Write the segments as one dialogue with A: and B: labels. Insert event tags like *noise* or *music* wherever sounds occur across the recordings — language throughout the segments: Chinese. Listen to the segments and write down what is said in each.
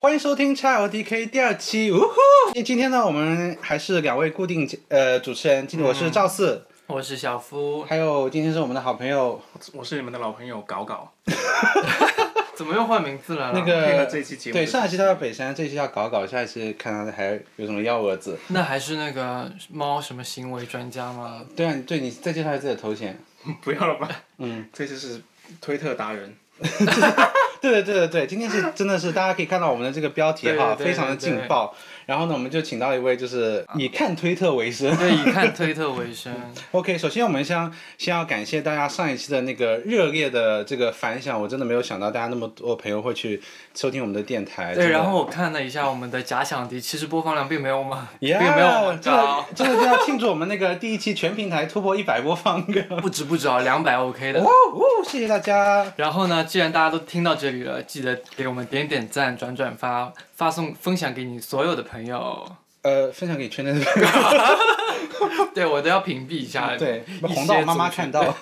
A: 欢迎收听 XLDK 第二期，呜呼！今天呢，我们还是两位固定呃主持人，今天我是赵四，
B: 我是小夫，
A: 还有今天是我们的好朋友
C: 我是你们的老朋友搞搞， *laughs*
B: 怎么又换名字了啦？
A: 那
C: 配合
A: 个
C: 这一期节目
A: 对，
C: 的
A: 上一期叫北山，这一期叫搞搞，下一期看他还有什么幺蛾子。
B: 那还是那个猫什么行为专
A: *laughs*
B: 家吗？
A: 对啊，对你再介绍一下自己的头衔。
C: 不要了吧？嗯，这次是推特达人，
A: 对对对对对，今天是真的是大家可以看到我们的这个标题哈，
B: 对对对
A: 非常的劲爆。然后呢，我们就请到一位就是以看推特为生。
B: 对，以看推特为生。
A: OK，首先我们先先要感谢大家上一期的那个热烈的这个反响，我真的没有想到大家那么多朋友会去收听我们的电台。
B: 对，
A: 真的
B: 然后我看了一下我们的假想敌，其实播放量并没有
A: *laughs*
B: 我们，并
A: 呀
B: 没有我们
A: 真的
B: 高，
A: 真的就要庆祝我们那个第一期全平台突破一百播
B: *laughs*
A: 放个。
B: 不止不止啊，两百 OK
A: 哦
B: 的。
A: 哦，谢谢大家。
B: *laughs* 然后呢，既然大家都听到这里了，记得给我们点点赞、转转发、发送分享给你所有的朋友。 *laughs*
A: 呃，分享给圈内的
B: 对我都要屏蔽一下，
A: 对，
B: 一
A: 红
B: 些
A: 到我妈妈
B: 族群
A: 看到。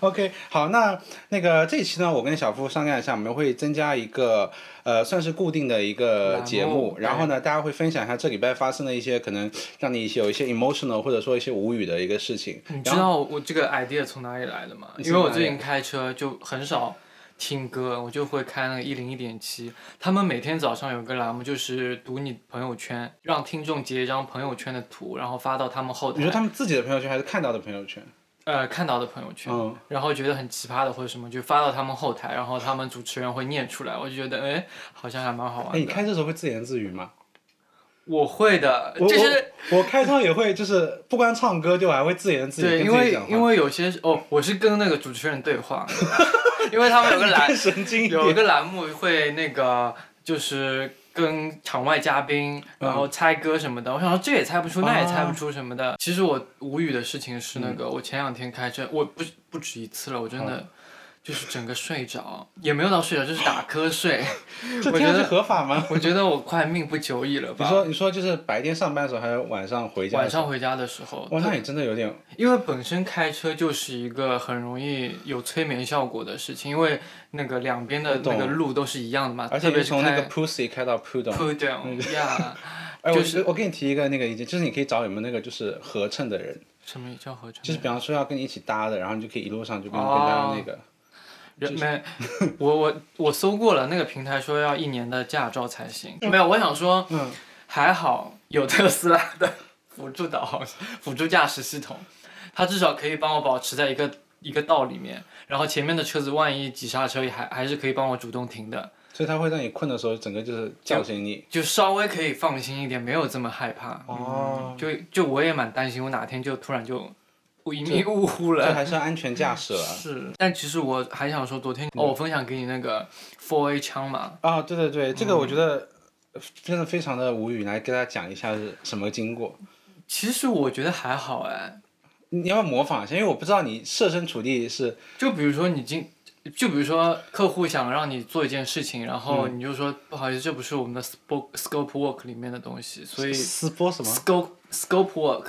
A: OK，好，那那个这一期呢，我跟小夫商量一下，我们会增加一个呃，算是固定的一个
B: 栏
A: 节目
B: 目，
A: 然后呢，大家会分享一下这礼拜发生的一些可能让你一些有一些 emotional 或者说一些无语的一个事情。
B: 你知道我这个 idea 从哪里来的吗？
A: 你
B: 因为我
A: 从哪里
B: 最近开车就很少听歌，我就会开那个一零一点七，他们每天早上有个栏目就是读你朋友圈，让听众截一张朋友圈的图，然后发到他们后
A: 你说
B: 台
A: 他们自己的朋友圈还是看到的朋友圈？
B: 呃看到的朋友圈，
A: 嗯，
B: 然后觉得很奇葩的或者什么就发到他们后台，然后他们主持人会念出来，我就觉得哎好像还蛮好
A: 哎，
B: 玩
A: 你
B: 的。
A: 开车的时候会自言自语吗？
B: 我会的，
A: 我
B: 就是
A: 我我开车也会，就是不光唱歌，就我还会自言自语
B: 对，
A: 跟
B: 因
A: 自己
B: 为
A: 讲 *laughs* 话。
B: 因为有些时哦，我是跟那个主持人对话，
A: *laughs*
B: 因为他们有个栏
A: 更神经一
B: 有
A: 点。
B: 一个栏目会那个就是跟场外嘉宾，
A: 嗯
B: 然后猜歌什么的。我想说这也猜不出，那也猜不出什么
A: 嗯
B: 的。其实我无语的事情是那个，我前两天开车，我不不止一次了，我真的。就是整个睡着，也没有到睡着，就是打
A: *laughs*
B: 瞌睡。
A: 这
B: 我
A: 听上
B: 觉
A: 去
B: 得
A: 合法吗？
B: *laughs* 我觉得我快命不久矣了
A: 你
B: 吧。
A: 说你说就是白天上班的时候，还有晚上回家的
B: 晚
A: 时候。
B: 上回家的时候，
A: 哇，那你真的有点
B: 因为本身开车就是一个很容易有催眠效果的事情，因为那个两边的那个路都是一样的嘛，
A: 而且
B: 特别
A: 你
B: 是
A: 从那个
B: 开
A: pussy 开到 poodle，
B: 铺对呀，
A: 哎，
B: 就
A: 我我给你提一个那个意见，就是你可以找你们那个就是合衬的人，
B: 什么叫合成？
A: 就是比方说要跟你一起搭的，然后你就可以一路上就跟跟
B: 哦
A: 他那个，
B: 人没，我我我搜过了，那个平台说要一年的驾照才行。没有，我想说，
A: 嗯
B: 还好有特斯拉的辅助导航、辅助驾驶系统，它至少可以帮我保持在一个一个道里面，然后前面的车子万一急刹车，也还还是可以帮我主动停的，
A: 所以他会让你困的时候，整个就是叫醒你。
B: 就稍微可以放心一点，没有这么害怕。嗯
A: 哦，
B: 就就我也蛮担心，我哪天就突然就一迷呜呼了
A: 这。还是安全驾驶
B: *laughs*
A: 了。
B: 是，但其实我还想说，昨天、哦，我分享给你那个 Four A 枪嘛，
A: 啊，对对对，这个
B: 嗯
A: 我觉得真的非常的无语，来给大家讲一下是什么经过。
B: 其实我觉得还好哎。
A: 你要不要模仿一下？因为我不知道你设身处地是
B: 就比如说你今，就比如说客户想让你做一件事情，然后
A: 嗯
B: 你就说、不好意思，这不是我们的 scope scope work 里面的东西，所以
A: 私播什么
B: scope scope work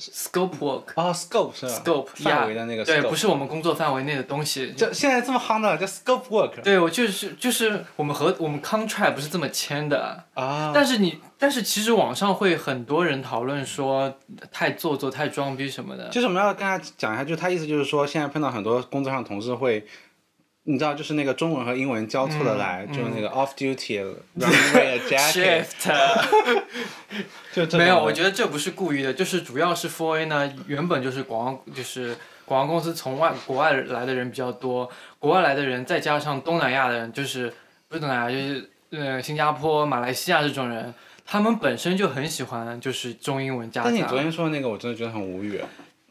B: scope work
A: 啊，scope 是吧
B: scope
A: 范围的那个
B: yeah，对，不
A: scope。
B: 是我们工作范围内的东西。
A: 这现在这么夯的叫 scope work
B: 对，我就是就是我们和我们 contract 不是这么签的，
A: 啊，
B: 但是你，但是其实网上会很多人讨论说太做作、太装逼什么的。
A: 就是我们要跟他讲一下，就他意思就是说，现在碰到很多工作上同事会，你知道，就是那个中文和英文交错的来，
B: 嗯
A: 就那个 off duty
B: *laughs*
A: runway a jacket，
B: Shift
A: 就这种的
B: 没有，我觉得这不是故意的，就是主要是 Four A 呢，原本就是广告，就是广告公司从外国外来的人比较多，国外来的人再加上东南亚的人，就是不是东南亚，就是呃新加坡、马来西亚这种人，他们本身就很喜欢就是中英文夹杂。
A: 但你昨天说的那个，我真的觉得很无语，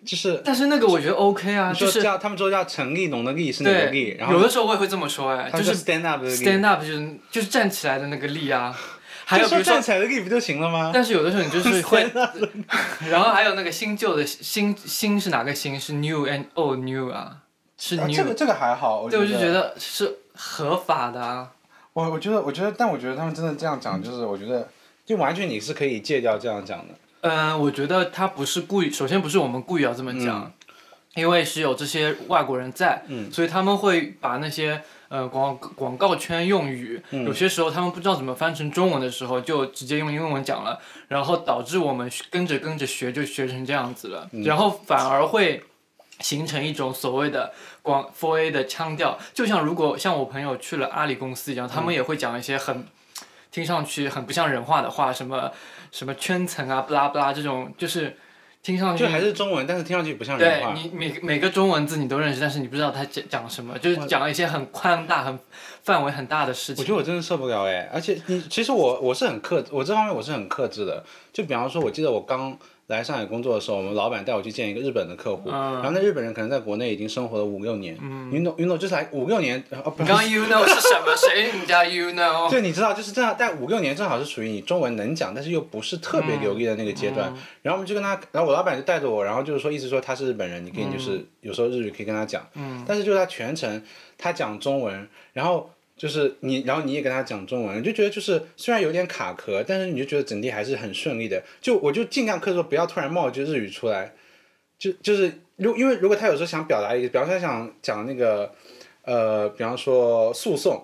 A: 就是
B: 但是那个我觉得 OK 啊，
A: 你
B: 就
A: 说
B: 是
A: 叫他们说叫陈立农的立是哪个立，
B: 对，
A: 然
B: 有
A: 后
B: 的时候我也会这么说哎，
A: 他们
B: 就
A: 说
B: 是
A: stand up 的立，
B: stand up 就是就是站起来的那个力啊，
A: *laughs*
B: 还有
A: 就
B: 比
A: 说
B: 如说
A: 站，起来的立不就行了吗？
B: 但是有的时候你就是
A: *laughs*
B: 会， *laughs* 然后还有那个新旧的新新是哪个新？是 new and old new 啊，是
A: 啊
B: new，、
A: 这个这个还好，我
B: 对，我就觉
A: 得
B: 得是合法的啊。
A: 我我觉得我觉得，但我觉得他们真的这样讲，就是我觉得就完全你是可以戒掉这样讲的。
B: 呃嗯、我觉得他不是故意，首先不是我们故意要这么讲，因为是有这些外国人在，
A: 嗯
B: 所以他们会把那些呃广广告圈用语，
A: 嗯
B: 有些时候他们不知道怎么翻成中文的时候，就直接用英文讲了，然后导致我们跟着跟着学就学成这样子了，
A: 嗯
B: 然后反而会形成一种所谓的广 f A 的腔调，就像如果像我朋友去了阿里公司一
A: 嗯
B: 样，他们也会讲一些很。听上去很不像人话的话，什么什么圈层啊，不拉不拉这种，就是听上去
A: 就还是中文，但是听上去不像人
B: 嗯对
A: 话。
B: 你每每个中文字你都认识，但是你不知道他讲讲什么，就是讲一些很宽大、很范围很大的事
A: 我
B: 情。
A: 觉得我真的受不了哎，而且你其实我我是很克，我这方面我是很克制的。就比方说，我记得我刚来上海工作的时候，我们老板带我去见一个日本的客户，
B: 嗯
A: 然后那日本人可能在国内已经生活了五六年，运动运动就是来五六年，哦不
B: 你刚刚 you know 是什么？谁你家 you know？
A: 对，你知道，就是正好，但五六年正好是属于你中文能讲，但是又不是特别流利的那个阶段。然后我们就跟他，然后我老板就带着我，然后就是说，意思说他是日本人，你可以就是、有时候日语可以跟他讲，但是就是他全程他讲中文，然后就是你，然后你也跟他讲中文，你就觉得就是虽然有点卡壳，但是你就觉得整体还是很顺利的。就我就尽量克制，不要突然冒一句日语出来，就就是如因为如果他有时候想表达一个，比方说他想讲那个呃，比方说诉讼。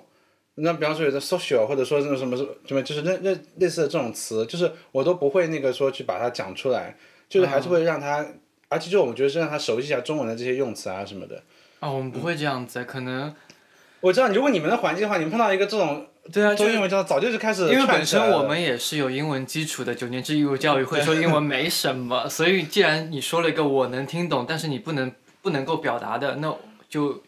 A: 那比方说有的 social 或者说这种什么什么，就是类类类似的这种词，就是我都不会那个说去把它讲出来，就是
B: 嗯
A: 还是会让他，而且就我们觉得是让他熟悉一下中文的这些用词啊什么的。
B: 啊、我们不会这样子，可能
A: 我知道，如果你们的环境的话，你们碰到一个这种
B: 对啊，
A: 周
B: 就
A: 英文教授，早呃就是开始
B: 因为本
A: 串起来
B: 身我
A: 了
B: 们也是有英文基础的，九年制义务教育会说英文没什么，所以既然你说了一个我能听懂，但是你不能不能够表达的，那就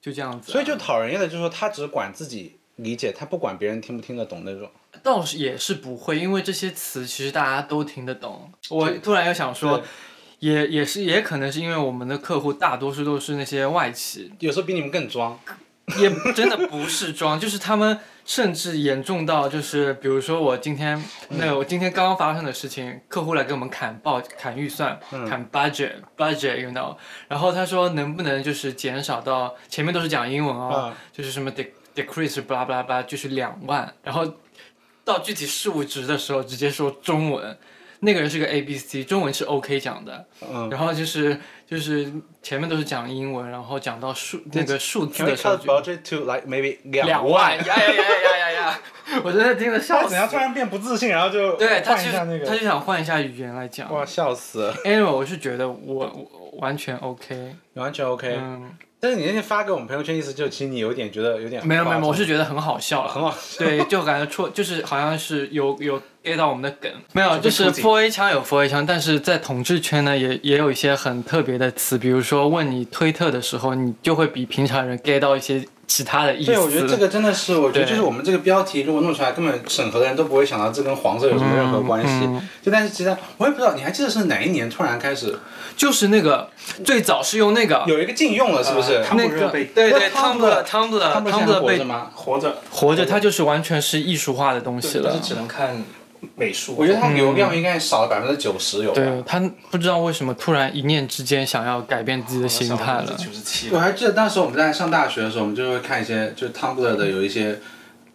B: 就这样子啊、
A: 所以就讨人厌的，就是说他只管自己理解，他不管别人听不听得懂那种。
B: 倒是也是不会，因为这些词其实大家都听得懂。我突然又想说，也也是也可能是因为我们的客户大多数都是那些外企，
A: 有时候比你们更装，
B: 也真的不是装，就是他们甚至严重到就是，比如说我今天那个我今天刚刚发生的事情，客户来给我们砍报砍预算，
A: 嗯
B: 砍 budget budget，you know，然后他说能不能就是减少到前面都是讲英文哦，
A: 嗯
B: 就是什么 de decrease 巴拉巴拉巴拉，就是两万，然后到具体数值的时候直接说中文。那个人是个 A B C，中文是 O、k 讲的，
A: 嗯，
B: 然后就是就是前面都是讲英文，然后讲到数那个数字
A: Can we
B: 的时候
A: cut
B: 就
A: budget to like maybe
B: 两
A: 万？
B: 呀呀呀呀呀呀！ *laughs* 我真的听得
A: 他
B: 笑
A: 怎
B: 死
A: 样。突然变不自信，然后就
B: 对他
A: 换
B: 就
A: 一
B: 是
A: 下那
B: 他
A: 个，
B: 就想换一下语言来讲。
A: 哇，笑死，
B: Anyway，我是觉得我我完全 OK，
A: 完全 OK。
B: 嗯，
A: 但是你那天发给我们朋友圈，意思就是其实你有点觉得有点
B: 没有没
A: 夸
B: 有，
A: 张
B: 我是觉得很好笑了。
A: 很好，
B: 对，就感觉戳，就是好像是有有 get 到我们的梗，没有，就
A: 触
B: 是
A: 景
B: f o A 枪有 f o A 枪，但是在统治圈呢，也也有一些很特别的词，比如说问你推特的时候，你就会比平常人 get 到一些其他的意思。
A: 对，我觉得这个真的是，我觉得
B: 对
A: 就是我们这个标题如果弄出来，根本审核的人都不会想到这跟黄色有什么任何关系。
B: 嗯
A: 就但是其实我也不知道，你还记得是哪一年突然开始
B: 就是那个最早是用那个
A: 有一个禁用了，是不是？
C: 呃
B: 那
C: 汤姆
B: 个
C: 热贝
B: 对对
A: 汤姆
B: ，Tumblr Tumblr
A: 他们现在
B: Tumblr
A: 活着
B: 被
A: 吗？
C: 活着
B: 活着，它就是完全是艺术化的东西
C: 对，但是
B: 了。
C: 只能看美术。
A: 我觉得它流量应该少了百分之九十有吧。
B: 对他不知道为什么突然一念之间想要改变自己的心态了。
C: 九十七
A: 我还记得当时我们在上大学的时候，我们就会看一些就是 Tumblr 的有一些，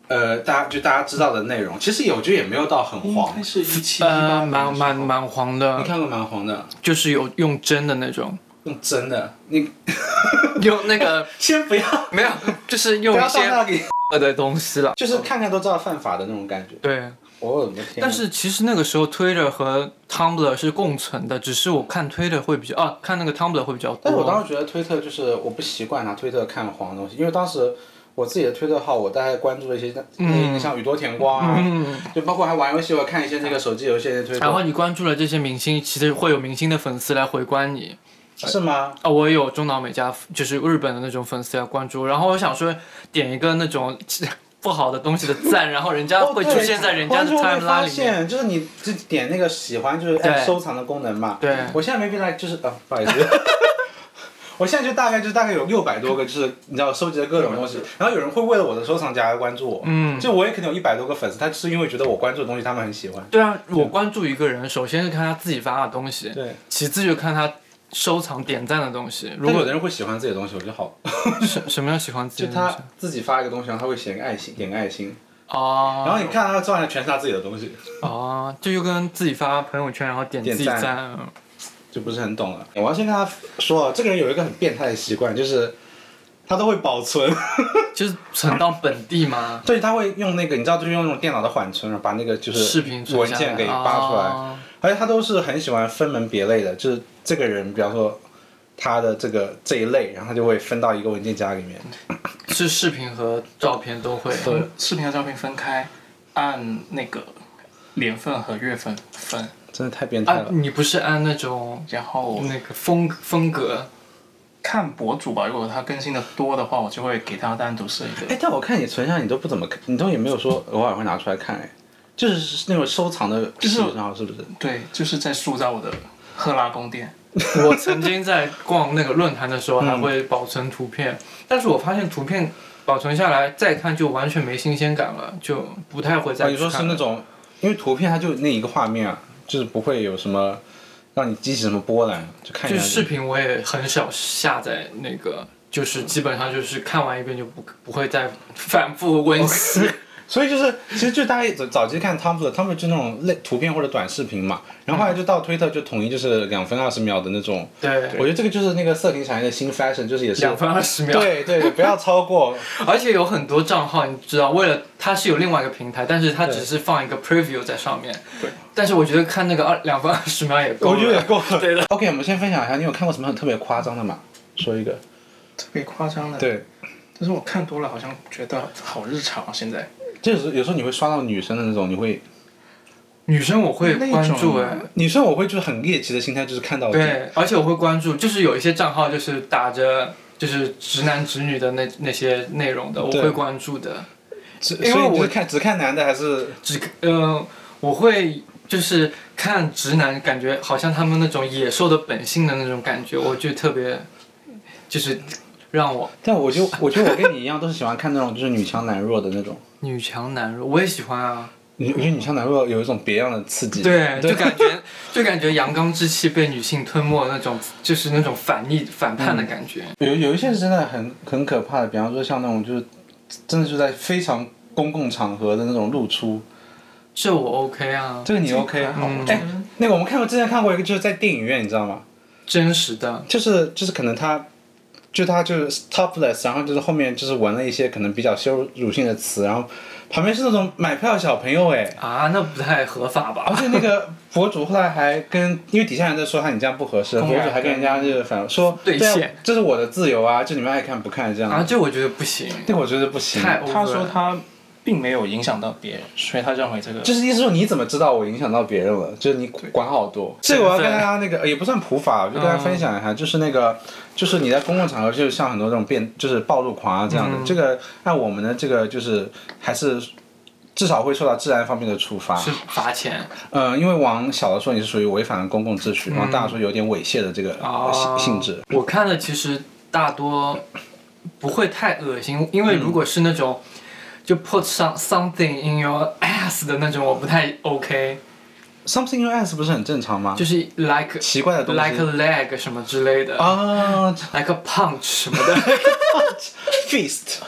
A: 呃，大家就大家知道的内容。其实有句也没有到很黄，
C: 应该是一七一八
B: 呃，蛮蛮蛮黄
A: 你
B: 的，
A: 看过蛮黄的，
B: 就是有用针的那种，
A: 用真的。你
B: *laughs* 用那个
A: 先不要，
B: 没有，就是
A: 不
B: 用
A: 要
B: 一
A: 到
B: 些
A: 那里，
B: 的东西了。
A: 就是看看都知道犯法的那种感觉。
B: 对，
A: 我的天！
B: 但是其实那个时候 Twitter 和 Tumblr 是共存的，只是我看 Twitter 会比较啊，看那个 Tumblr 会比较多。
A: 但是我当时觉得推特就是我不习惯拿推特看黄的东西，因为当时我自己的推特号，我大概关注了一些，嗯，像宇多田光啊，就包括还玩游戏，我看一些那个手机游戏的推
B: 然
A: 特，
B: 后你关注了这些明星，其实会有明星的粉丝来回关你。
A: 是吗？
B: 啊、我有中岛美嘉，就是日本的那种粉丝要关注，然后我想说点一个那种 *laughs* 不好的东西的赞，然后人家
A: 哦
B: 会
A: 对
B: 出现在人家
A: 我
B: 的
A: 就会发
B: timeline 里面。
A: 现，就是你就点那个喜欢就是
B: 对
A: app 收藏的功能嘛。
B: 对
A: 我现在没必来，就是 *laughs* 啊，不好意思。我现在就大概就大概有六百多个，就是你知道收集的各种东西，然后有人会为了我的收藏夹而关注我，
B: 嗯，
A: 就我也可能有一百多个粉丝，他是因为觉得我关注的东西他们很喜欢，
B: 对啊，我关注一个人，首先是看他自己发的东西，
A: 对，
B: 其次就看他收藏点赞的东西。如
A: 如果有
B: 果
A: 的人会喜欢自己的东西，我觉得好，
B: 什什么样喜欢自己
A: 就
B: 的东西
A: 他自己发一个东西，然后他会写个爱心，点个爱心，
B: 哦，
A: 嗯然后你看他的照片全是他自己的东西，
B: 哦，这就跟自己发朋友圈然后点
A: 点
B: 自己
A: 赞
B: 赞，嗯
A: 就就不是很懂了。我要先跟他说，这个人有一个很变态的习惯，就是他都会保存，
B: 就是存到本地吗？
A: 对，他会用那个你知道，就是用那种电脑的缓存，然后把那个就是
B: 视频存
A: 文
B: 下
A: 件
B: 来
A: 给扒出来。
B: 哦
A: 而且他都是很喜欢分门别类的，就是这个人，比方说他的这个这一类，然后他就会分到一个文件夹里面。
B: 是视频和照片都会。
C: 嗯视频和照片分开，按那个年份和月份分，
A: 真的太变态
B: 啊
A: 了，，
B: 你不是按那种
C: 然后
B: 那个风风格？
C: 看博主吧，如果他更新的多的话，我就会给他单独设一
A: *laughs*
C: 个。
A: 哎、但我看你存下，你都不怎么看，你都也没有说偶尔会拿出来看，哎，就是那种收藏的
C: 是
A: 喜好，是不是？
C: 对，就是在塑造我的赫拉宫殿。
B: 我曾经在逛那个论坛的时
A: 嗯
B: 候还会保存图片，但是我发现图片保存下来再看就完全没新鲜感了，就不太会
A: 啊，
B: 再
A: 你
B: 去
A: 说
B: 看。
A: 是那种，因为图片它就那一个画面啊，就是不会有什么让你激起什么波澜，就看一
B: 就
A: 下。
B: 视频我也很少下载那个，就是基本上就是看完一遍就不不会再反复
A: *laughs*
B: 温习。
A: 所以就是，其实就大家早早期看汤普的，汤普就那种类图片或者短视频嘛，然后后来就到推特就统一就是两分二十秒的那种。
B: 对，
A: 我觉得这个就是那个色情产业的新 fashion，就是也是
B: 两分二十秒。
A: 对对，不要超过。
B: 而且有很多账号，你知道，为了它是有另外一个平台，但是它只是放一个 preview 在上面。
C: 对。
B: 但是我觉得看那个二两分二十秒也够
A: *laughs*
B: 了。
A: 我觉得也够 *laughs* 了。
B: 对的。
A: OK，我们先分享一下，你有看过什么很特别夸张的吗？说一个。
C: 特别夸张的，
A: 对，
C: 但是我看多了好像觉得好日常啊。现在
A: 就是有时候你会刷到女生的那种，你会，
B: 女生我会关注哎，
A: 女生我会就是很猎奇的心态，就是看到底
B: 对，而且我会关注，就是有一些账号就是打着就是直男直女的那那些内容的，我
A: 对
B: 会关注的。
A: 只
B: 因为
A: 所以你
B: 我
A: 是看只看男的还是
B: 只呃，我会就是看直男，感觉好像他们那种野兽的本性的那种感觉，我就特别就是让我
A: 但我就我觉得我跟你一样，都是喜欢看那种就是女强男弱的那种。
B: 女强男弱，我也喜欢啊。
A: 你我觉得女强男弱有一种别样的刺激。
B: 对，
A: 对
B: 就感觉就感觉阳刚之气被女性吞没那种，就是那种反逆反叛的感觉。
A: 有有一些是真的很很可怕的，比方说像那种就是真的是在非常公共场合的那种露出，
B: 这我 OK 啊，
A: 这个你 OK？
C: 还好
A: 嗯哎、那个我们看过之前看过一个，就是在电影院，你知道吗？
B: 真实的。
A: 就是就是可能他，就他就是 topless，然后就是后面就是纹了一些可能比较羞辱性的词，然后旁边是那种买票小朋友哎，
B: 啊，那不太合法吧
A: 而？且那个博主后来还跟，因为底下人在说他你这样不合适，博
C: 公然
A: 主还跟人家就是反说
B: 对
A: 啊
B: 线
A: 这是我的自由啊，就你们爱看不看这样。
B: 啊，这我觉得不行。
A: 那我觉得不行，
B: 太
C: 他说他并没有影响到别人，所以他认为这个
A: 就是意思说你怎么知道我影响到别人了？就是你管好多。这个我要跟大家那个呃也不算普法，
B: 嗯
A: 我就跟大家分享一下，就是那个就是你在公共场合，就是像很多这种变就是暴露狂啊这
B: 嗯
A: 样的，这个按我们的这个就是还是。至少会受到治安方面的处罚，
B: 是罚钱，
A: 嗯、因为往小的说你是属于违反了公共秩序，
B: 嗯
A: 往大的说有点猥亵的这个、呃性
B: 啊
A: 性质。
B: 我看的其实大多不会太恶心，因为如果是那种、就 put some something in your ass 的那种，我不太 OK，
A: Something you ask 不是很正常吗？
B: 就是 like
A: 奇怪的东西
B: like a leg 什么之类的、
A: 啊
B: l i k e a punch 什么的。
A: ，feast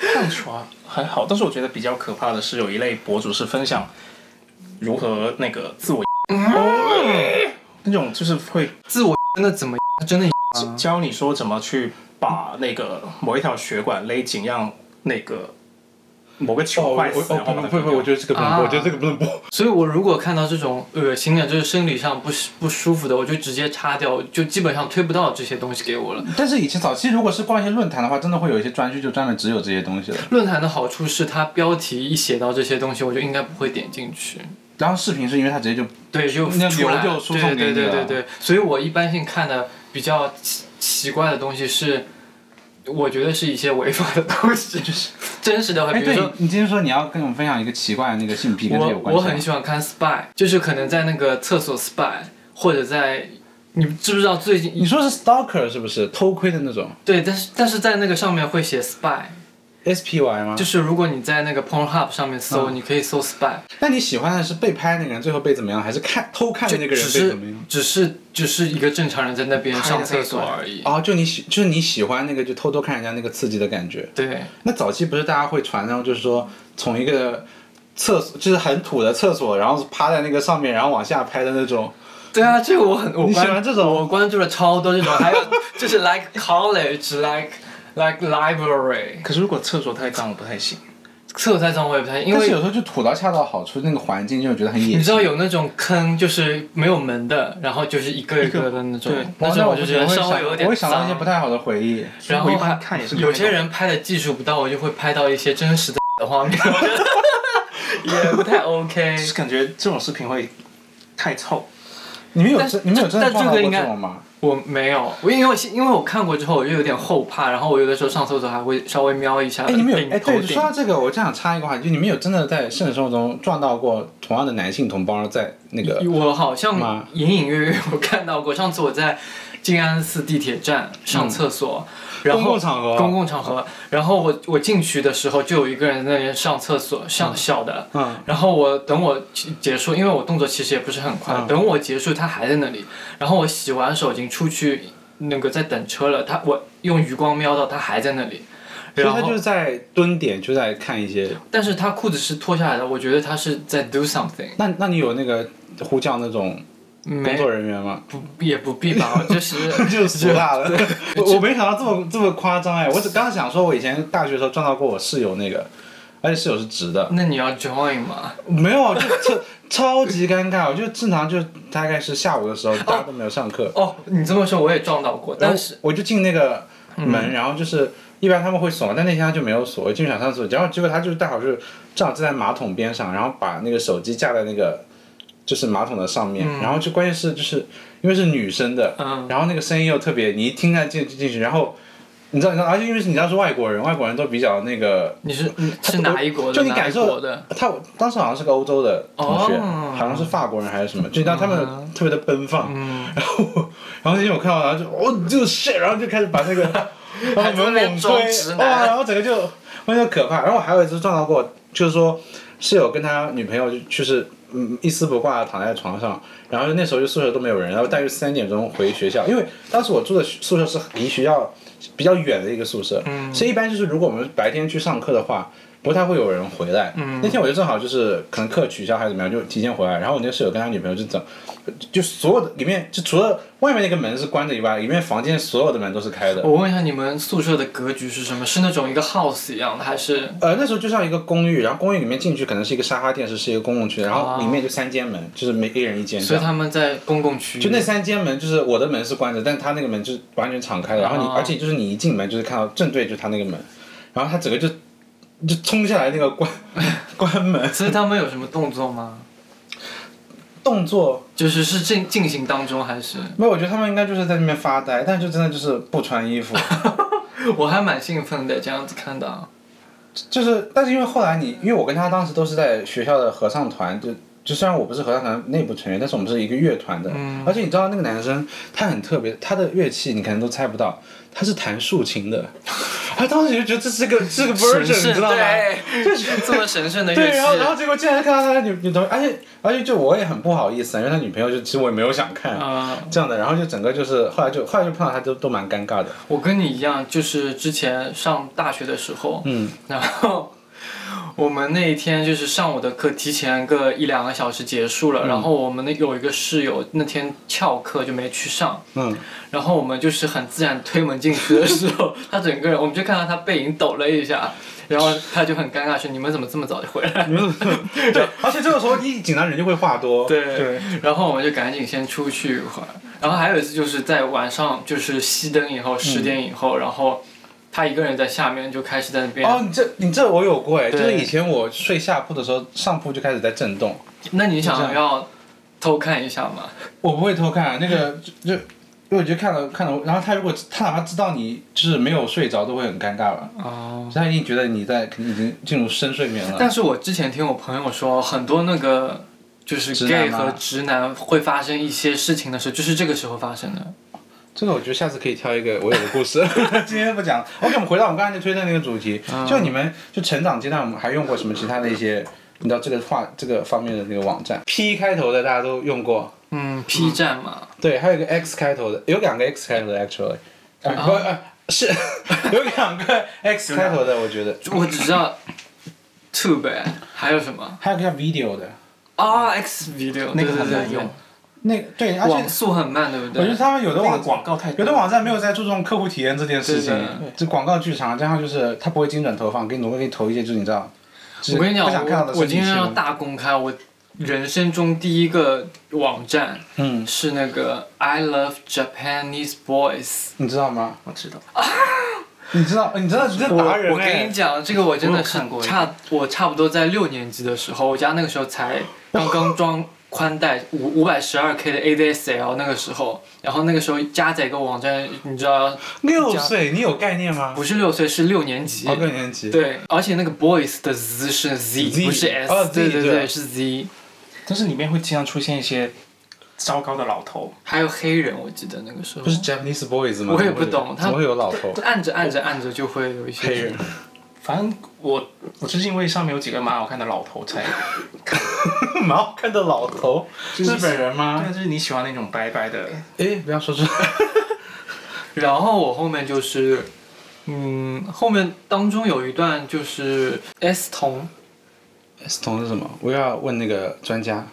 C: 看出啊还好，但是我觉得比较可怕的是有一类博主是分享如何那个自我， *laughs* 那种就是会
B: 自我真的怎么真的
C: 教你说怎么去把那个某一条血管勒紧，让那个某个
A: 哦，
C: 球
A: 我
C: 坏死，然后
A: 我
C: 把它
A: 不不不，
C: 割
A: 我觉得这个不能播，
B: 啊
A: 我觉得这个不能播。
B: 所以，我如果看到这种恶心的，就是生理上不舒不舒服的，我就直接擦掉，就基本上推不到这些东西给我了。
A: 但是以前早期如果是逛一些论坛的话，真的会有一些专区就专门只有这些东西的。
B: 论坛的好处是，它标题一写到这些东西，我就应该不会点进去。
A: 然后视频是因为它直接就
B: 对，就
A: 那
B: 出来
A: 流就输送给
B: 对对
A: 你
B: 对
A: 了
B: 对对，所以我一般性看的比较奇奇怪的东西是，我觉得是一些违法的东
A: *laughs*
B: 西，就是真实的，
A: 哎，
B: 比如
A: 对
B: 说。，
A: 你今天说你要跟我们分享一个奇怪的那个性癖跟这有
B: 我
A: 关
B: 我
A: 系啊
B: 很喜欢看 spy，就是可能在那个厕所 spy，或者在你知不知道最近
A: 你说是 stalker 是不是偷窥的那种
B: 对，但是但是在那个上面会写 spy，
A: S P Y 吗？
B: 就是如果你在那个 Pornhub 上面搜，
A: 嗯
B: 你可以搜 spy，
A: 那你喜欢的是被拍那个人最后被怎么样，还是看偷看的
B: 就
A: 那个
B: 只
A: 人被
B: 是
A: 怎么样？
B: 只是只是一个正常人在那边
C: 拍的
B: 上
C: 那
B: 厕所
C: 一段
B: 而已。
A: 哦，就你喜就是你喜欢那个就偷偷看人家那个刺激的感觉。
B: 对，
A: 那早期不是大家会传那种就是说从一个厕所就是很土的厕所，然后趴在那个上面，然后往下拍的那种。
B: 对啊，这个我很我
A: 你喜
B: 关
A: 欢这种
B: 我关注了超多这种，还有就是 like college，like *laughs* like library，
C: 可是如果厕所太脏，我不太 *laughs* 行。
B: 厕所太脏我也不太，因
A: 但是
B: 为
A: 有时候就吐到恰到好处，那个环境就会觉得很野
B: 你
A: 性
B: 知。道有那种坑就是没有门的，然后就是一个一个的那种
C: 对，
B: 那
A: 那
B: 种我就觉得
A: 会
B: 稍
A: 想
B: 微有
A: 我
B: 点
A: 会想到一些
B: 脏
A: 不。太好的回忆。
B: 然后
C: 我一
B: 还
C: 般看也是
B: 有
C: 看
B: 些
C: 到
B: 人拍的技术不到，我就会拍到一些真实的 *laughs* 的画面，我觉得也不太 OK。
C: 就是感觉这种视频会太臭。
A: 你们有
B: 但是
A: 真你们有真的
B: 但这
A: 撞到
B: 个
A: 过
B: 应该
A: 这种吗？
B: 我没有，我因为我因为我看过之后我就有点后怕，然后我有的时候上厕所还会稍微瞄一下
A: 哎，
B: 顶
A: 你们有哎，
B: 头
A: 对，
B: 顶
A: 说。到这个，我正想插一个话题，就你们有真的在现实生活中撞到过同样的男性同胞在那个？
B: 我好像
A: 吗
B: 隐隐约约有看到过，上次我在静安寺地铁站上厕所，然后
A: 公共场合
B: 公共场合，然后我我进去的时候就有一个人在那边上厕所，上小的，
A: 嗯，
B: 然后我等我结束，因为我动作其实也不是很快，
A: 嗯
B: 等我结束他还在那里，然后我洗完手已经出去那个在等车了，他我用余光瞄到他还在那里，
A: 所以
B: 然
A: 他
B: 后
A: 就是在蹲点，就在看一些。
B: 但是他裤子是脱下来的，我觉得他是在 do something，
A: 那那你有那个呼叫那种工
B: 没
A: 作人员吗？
B: 不也不必吧，就是
A: 嗯 *laughs* 就是俗辣
B: *laughs*
A: 了，我我没想到这么这么夸张哎！我只刚想说，我以前大学的时候撞到过我室友那个，而且室友是直的，
B: 那你要 join 嘛？
A: 没有，就超超级尴尬。我就正常就大概是下午的时候，大家都没有上课，
B: 哦，你这么说我也撞到过，
A: 然后
B: 但是嗯
A: 我就进那个门，然后就是一般他们会锁嘛，但那天他就没有锁，我进去想上厕所，然后结果他就正好是正好站在马桶边上，然后把那个手机架在那个就是马桶的上面，然后就关键是就是因为是女生的，
B: 嗯
A: 然后那个声音又特别，你一听他进进去，然后你知道你知道，而且因为是你知道是外国人，外国人都比较那个。
B: 你是你是哪一国的？
A: 嗯就你
B: 哪
A: 感
B: 一
A: 受
B: 国的？
A: 他当时好像是个欧洲的同学，
B: 哦
A: 好像是法国人还是什么，就你知道他们特别的奔放，
B: 嗯，
A: 然后 *laughs* 我，然后那天我看到，然后就哦，这个 shit，然后就开始把那
B: *laughs*
A: 个然后
B: 还在那
A: 门
B: 边
A: 猛
B: 装
A: 推，
B: 直
A: 哇，
B: 男
A: 然后整个就完全可怕。然后我还有一次撞到过，就是说室友跟他女朋友就就是嗯一丝不挂地躺在床上，然后那时候就宿舍都没有人，然后大约三点钟回学校，因为当时我住的宿舍是离学校比较远的一个宿舍，所以一般就是如果我们白天去上课的话。不太会有人回来。那天我就正好就是可能课取消还是怎么样，就提前回来。然后我那个室友跟他女朋友就整，就所有的里面就除了外面那个门是关着以外，里面房间所有的门都是开的。
B: 我问一下你们宿舍的格局是什么？是那种一个 house 一样的，还是
A: 呃，那时候就像一个公寓，然后公寓里面进去可能是一个沙发电视，是一个公共区，然后里面就三间门，就是每一人一间这
B: 所以
A: 样。
B: 他们在公共区？
A: 就那三间门，就是我的门是关着，但他那个门就是完全敞开的。然后你，
B: 哦
A: 而且就是你一进门就是看到正对就是他那个门，然后他整个就就冲下来那个关 *laughs* 关门 *laughs*
B: 所以他们有什么动作吗？
A: 动作，
B: 就是是进进行当中还是？
A: 没有，我觉得他们应该就是在那边发呆，但就真的就是不穿衣服， *laughs*
B: 我还蛮兴奋的，这样子看到。
A: 就是，但是因为后来你，因为我跟他当时都是在学校的合唱团，就就虽然我不是合唱团内部成员，但是我们是一个乐团的。
B: 嗯
A: 而且你知道那个男生他很特别，他的乐器你可能都猜不到，他是弹竖琴的。 *laughs* 他当时就觉得这是个这是个 version，你知道吗？
B: 对，就是这么神圣的乐
A: 对，然后然后
B: 器。
A: 结果竟然看到他的女女同，而且而且就我也很不好意思，因为他女朋友就其实我也没有想看、
B: 啊、
A: 这样的，然后就整个就是后来就后来就碰到他都都蛮尴
B: *laughs*
A: 尬的。
B: 我跟你一样，就是之前上大学的时候，
A: 嗯，
B: *laughs* 然后我们那一天就是上午的课提前个一两个小时结束
A: 嗯
B: 了，然后我们那有一个室友那天翘课就没去上，
A: 嗯，
B: 然后我们就是很自然推门进去的时候， *laughs* 他整个人我们就看到他背影抖了一下，然后他就很尴尬说：“你们怎么这么早就回来？”
A: 对，而且这个时候一紧张人就会话多。
B: 对，然后我们就赶紧先出去一会儿。然后还有一次就是在晚上，就是熄灯以后，十点以后，然后他一个人在下面就开始在那边。
A: 哦，你这你这我有过哎，就
B: 对
A: 是以前我睡下铺的时候，上铺就开始在震动。
B: 那你想要偷看一下吗？
A: 我不会偷看啊那个，就就因为我觉得看了看了，然后他如果他哪怕知道你就是没有睡着，都会很尴尬吧？
B: 哦。
A: 他一定觉得你在肯定已经进入深睡眠了。
B: 但是我之前听我朋友说，很多那个就是
A: 直
B: gay
A: 男吗
B: 和直男会发生一些事情的时候，就是这个时候发生的。
A: 这个我觉得下次可以挑一个我有的故事， *laughs* 今天不讲了。OK，我们回到我们刚才推的那个主题，就你们就成长阶段，我们还用过什么其他的一些？你知道这个话这个方面的那个网站，P 开头的大家都用过，
B: 嗯，P 站嘛，
A: 对，还有一个 X 开头的，有两个 X 开头的 actually，呃不呃是 *laughs* 有两个 X 开头的，我觉得
B: 我只知道 Tube，还有什么
A: 还有个叫 video 的，
B: 啊、X Video，对
C: 那个
B: 对
C: 很
B: 对
C: 难
B: 对
C: 用，
A: 那对，而
B: 网
A: 且
B: 速很慢，对不
A: 我觉得
B: 对？
A: 他们有的
C: 那
A: 网
C: 个广告太
A: 有的网站没有在注重客户体验这件事情
B: 对的，
A: 这广告剧场加上就是他不会精准投放，给你我会给你投一些就是你知道，就是
B: 我跟你讲，
A: 不想看到的
B: 我我
A: 身体
B: 今天要
A: 新闻。
B: 大公开，我人生中第一个网站
A: 嗯，
B: 是那个 I Love Japanese Boys。
A: 你知道吗？
C: 我知道，
A: 你知道？你真的是达人
B: 我跟
A: 哎
B: 你！讲，这个我真的
C: 我
B: 是
C: 有看过
B: 差，我差不多在六年级的时候，我家那个时候才
A: *laughs*
B: 刚刚装宽带五五百十二 K 的 ADSL 那个时候，然后那个时候加载一个网站，你知道
A: 六岁，你有概念吗？
B: 不是六岁是六年级
A: 哦，，六年级。
B: 对，而且那个 boys 的 z 是 z,
A: Z，
B: 不是 s，、
A: 哦
B: 对
A: Z，
B: 对
A: 对
B: 是 z，
C: 但是里面会经常出现一些糟糕的老头，
B: 还有黑人，我记得那个时候
A: 不是 Japanese boys 吗？
B: 我也不懂他
A: 怎么会有老
B: *laughs*
A: 头
B: 按着按着按着就会有一些
A: 黑人？
C: 反正我我就是因为上面有几个蛮好看的老头才，
A: 啊蛮好看的老头，日本人吗？
C: 但是你喜欢那种白白的，
A: 哎，不要说出来。
B: *laughs* 然后我后面就是，嗯，后面当中有一段就是 S 同
A: S 同是什么？我要问那个专家，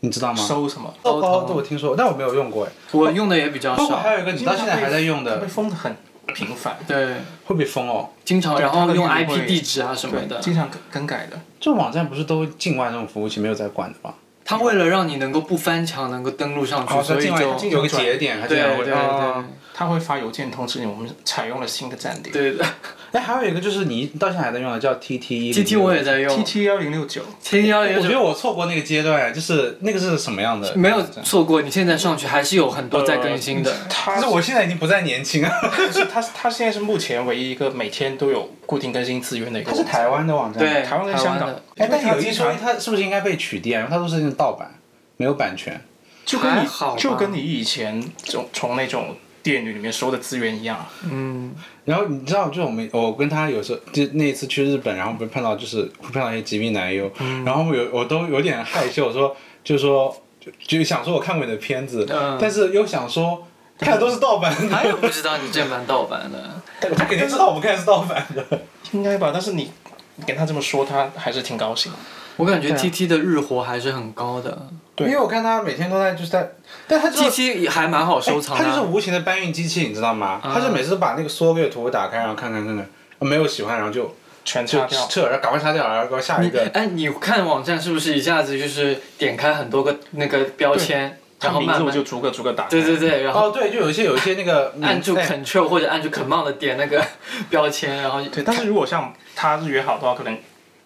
A: 你知道吗？
C: 收什么？
A: 豆包这我听说，但我没有用过哎。
B: 我用的也比较
A: 包括
B: 少
A: 哦还，有一个你到现在还在用
C: 它被
A: 的，
C: 封的很频繁，
B: 对，
A: 会被封哦。
B: 经常
C: 对
B: 然后用
C: 它的运动
B: IP
C: 会
B: 地址啊什么
C: 对，
B: 的，
C: 经常更更改的。
A: 这网站不是都境外这种服务器没有在管的吗？
B: 它为了让你能够不翻墙能够登录上去，哦所以
A: 境
B: 就
A: 外
B: 对
A: 有个节点，还这样
B: 对
A: 会
B: 对
A: 哦
C: 他会发邮件通知你，我们采用了新的站点。
B: 对
A: *laughs*
B: 对
A: 哎，还有一个就是你到现在还在用的叫 TT
B: ，T T 我也在用
C: T T 幺零六九，
B: ，T T 幺
A: 我觉
B: 零
A: 得我错过那个阶段，就是那个是什么样的？
B: 没有错过，你现在上去还是有很多在更新的，
A: 但
C: 他
A: 是我现在已经不再年轻了。
C: 是他他现在是目前唯一一个每天都有固定更新资源的一个
A: 它
C: 网
A: 是
C: 站。
A: 台湾的网站，
B: 对，
C: 台湾跟
B: 台
C: 香
B: 湾
C: 港
B: 的。
A: 哎，但有一
C: 经
A: 说
C: 常
A: 一，它是不是应该被取缔啊？因为它都是那种盗版，没有版权。
C: 就跟
B: 还
C: 你
B: 好吧
C: 就跟你以前从从那种店里面收的资源一样，
B: 嗯，
A: 然后你知道，就我们我跟他有时候就那一次去日本，然后不是碰到就是会碰到一些极品男优，
B: 嗯
A: 然后我有我都有点害羞，我说就说就就想说我看过你的片子，
B: 嗯
A: 但是又想说看的都是盗版
B: 他
A: 的，
B: 也不知道你正版盗版的，
A: 他肯定知道我们看的是盗版的。
C: 应该吧？但是你你跟他这么说，他还是挺高兴的。
B: 我感觉
A: 对啊
B: T T 的日活还是很高的
A: 因为我看他每天都在就是在，但他
B: ，T
A: 就是
B: T 也还蛮好收藏嗯
A: 他
B: 的
A: 就是
B: 啊。
A: 无情的搬运机器，你知道吗？他是每次都把那个缩略图打开，然后看看看看，没有喜欢，然后就
C: 全
A: 就
C: 擦掉，
A: 撤，然后赶快擦掉，然后搞下一
B: 你
A: 个。
B: 哎，你看网站是不是一下子就是点开很多个那个标签，然
C: 他
B: 后
C: 名
B: 慢
C: 字我
B: 慢
C: 就逐个逐个打开。
B: 对对对，然后
A: 哦，对，就有一些有一些那个
B: 按住
A: 哎
B: Control 或者按住 Command 的点那个 *laughs* 标签，然后
C: 对但是如果像他是约好的话，可能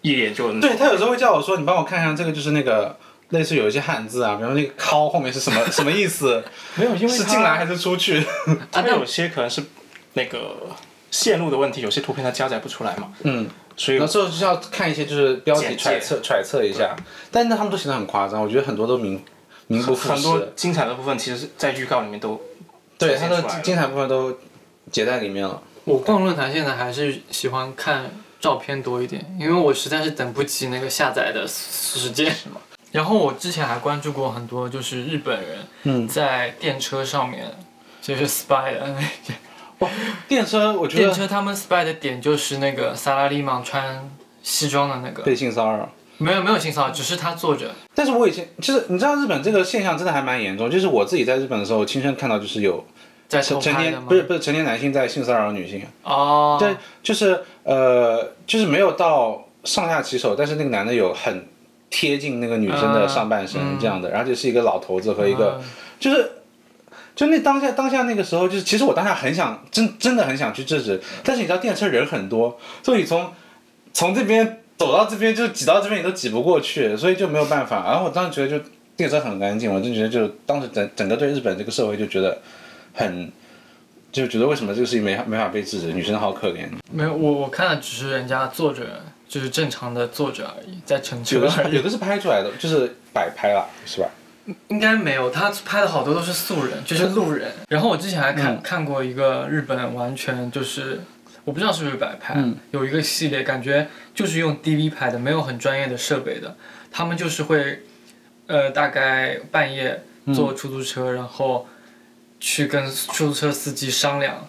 C: 一眼就能
A: *laughs* 对他有时候会叫我说：“你帮我看看这个，就是那个类似有一些汉字啊，比方说那个‘尻’后面是什么什么意思？
C: 没有，因为
A: 是
C: 他
A: 进来还是出去
B: 啊
C: 他有些可能是那个线路的问题，有些图片它加载不出来嘛？”，
A: 嗯，
C: 所以
A: 有时候就是要看一些就是标题
C: 简介
A: 揣测揣测一下，但是他们都写的很夸张，我觉得很多都名名不副
C: 很多
A: 实。
C: 精彩的部分，其实在预告里面都
A: 对，
C: 呈
A: 他
C: 现
A: 的
C: 出来了
A: 精彩部分都截在里面了。
B: 我逛论坛现在还是喜欢看照片多一点，因为我实在是等不及那个下载的时间。然后我之前还关注过很多就是日本人
A: 嗯
B: 在电车上面，就是 spy 的那些
A: 电车，我觉
B: 电
A: 得
B: 车，他们 spy 的点就是那个萨拉丽曼穿西装的那个，
A: 被性骚扰。
B: 没有没有性骚扰，只是他坐着。
A: 但是我以前就是你知道日本这个现象真的还蛮严重，就是我自己在日本的时候亲身看到，就是有
B: 在偷
A: 成成
B: 拍的
A: 年
B: 吗？
A: 不是不是成年男性在性骚扰女性。
B: 哦，
A: 对，就是呃，就是没有到上下其手，但是那个男的有很贴近那个女生的上半身这样的，而且是一个老头子和一
B: 啊嗯
A: 个，就是就那当下当下那个时候，就是其实我当下很想真真的很想去制止，但是你知道电车人很多，所以你从从这边走到这边就挤到这边你都挤不过去，所以就没有办法。然后我当时觉得就电车很干净，我就觉得就当时整整个对日本这个社会就觉得很。就觉得为什么这个事情没没法被制止，女生好可怜，
B: 没有，我我看的只是人家坐着，就是正常的坐着而已，在乘
A: 有
B: 车
A: 的 *laughs* 是
B: 而已
A: 有的是拍出来的，就是摆拍啦，是吧？
B: 应该没有，他拍的好多都是素人，就是路人。然后我之前还看、看过一个日本，完全就是我不知道是不是摆拍，有一个系列，感觉就是用 DV 拍的，没有很专业的设备的，他们就是会，呃，大概半夜坐出租车，然后去跟出租车司机商量。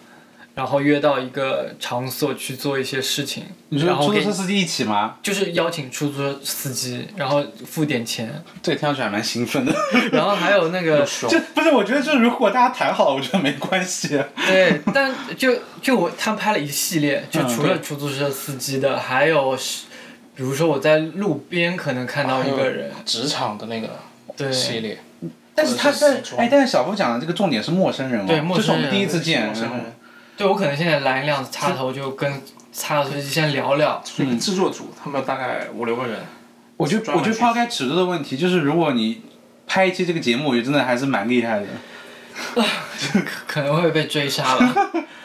B: 然后约到一个场所去做一些事情，
A: 你说
B: 然后
A: 出租
B: 给
A: 车司机一起吗？
B: 就是邀请出租车司机，然后付点钱，
A: 这听上去还蛮兴 *laughs* 奋的。
B: 然后还有那个
A: 就不是，我觉得就是如果大家谈好，我觉得没关系。
B: *laughs* 对，但就就我他拍了一系列，就
A: 嗯
B: 除了出租车司机的，还有是，比如说我在路边可能看到一个
A: 嗯
B: 人，
C: 职场的那个
B: 对
C: 系列，
A: *laughs* 但是他
C: 或者是
A: 但
C: 时装
A: 哎，但是小布讲的这个重点是陌生人哦，
B: 对陌
A: 这是我
B: 生人
A: 们第一次见，
C: 陌生人
B: 对我可能现在来一辆插头就跟插头司机先聊
A: *laughs*
B: 聊，
C: 是
A: 嗯
C: 一个制作组，他们大概五六个人，
A: 我觉得
C: 专
A: 我
C: 门
A: 觉得
C: 去
A: 抛开尺度的问题，就是如果你拍一期这个节目，我觉得真的还是蛮厉害的。
B: 可能会被追杀吧。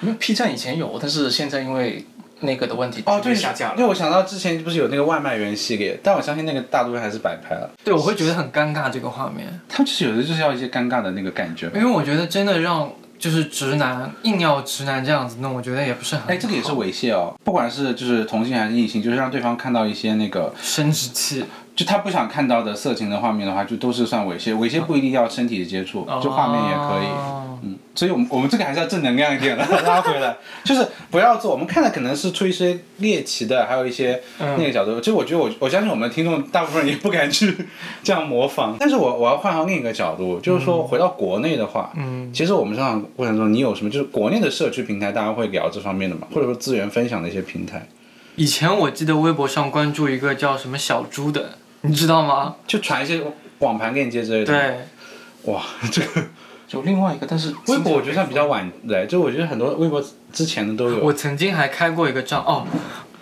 C: 因为 P 站以前有，但是现在因为那个的问题，
A: 哦，
C: 就
A: 对，
C: 被下架
A: 因为
C: 了。
A: 我想到之前不是有那个外卖员系列，但我相信那个大多数还是白拍了。
B: 对，我会觉得很尴尬这个画面，
A: 他们就是有的就是要一些尴尬的那个感觉。
B: 因为我觉得真的让就是直男硬要直男这样子弄，我觉得也不是很
A: 哎，这个也是猥亵哦，不管是就是同性还是异性，就是让对方看到一些那个
B: 生殖器，
A: 就他不想看到的色情的画面的话，就都是算猥亵。猥亵不一定要身体接触，就画面也可以。
B: 哦
A: 嗯，所以我们我们这个还是要正能量一点了，拉回来，就是不要做。我们看的可能是出于一些猎奇的，还有一些那个角度。其实我觉得我我相信我们听众大部分人也不敢去 *laughs* 这样模仿。但是我我要换到另一个角度，就是说回到国内的话，嗯，其实我们成长过程中，你有什么就是国内的社区平台，大家会聊这方面的嘛，或者说资源分享的一些平台，
B: 以前我记得微博上关注一个叫什么小猪的，你知道吗？
A: 就传一些网盘链接之类的。
B: 对，
A: 哇， *laughs* 这个
C: 有另外一个，但是
A: 微博我觉得算比较晚来，就我觉得很多微博之前的都有。
B: 我曾经还开过一个账哦，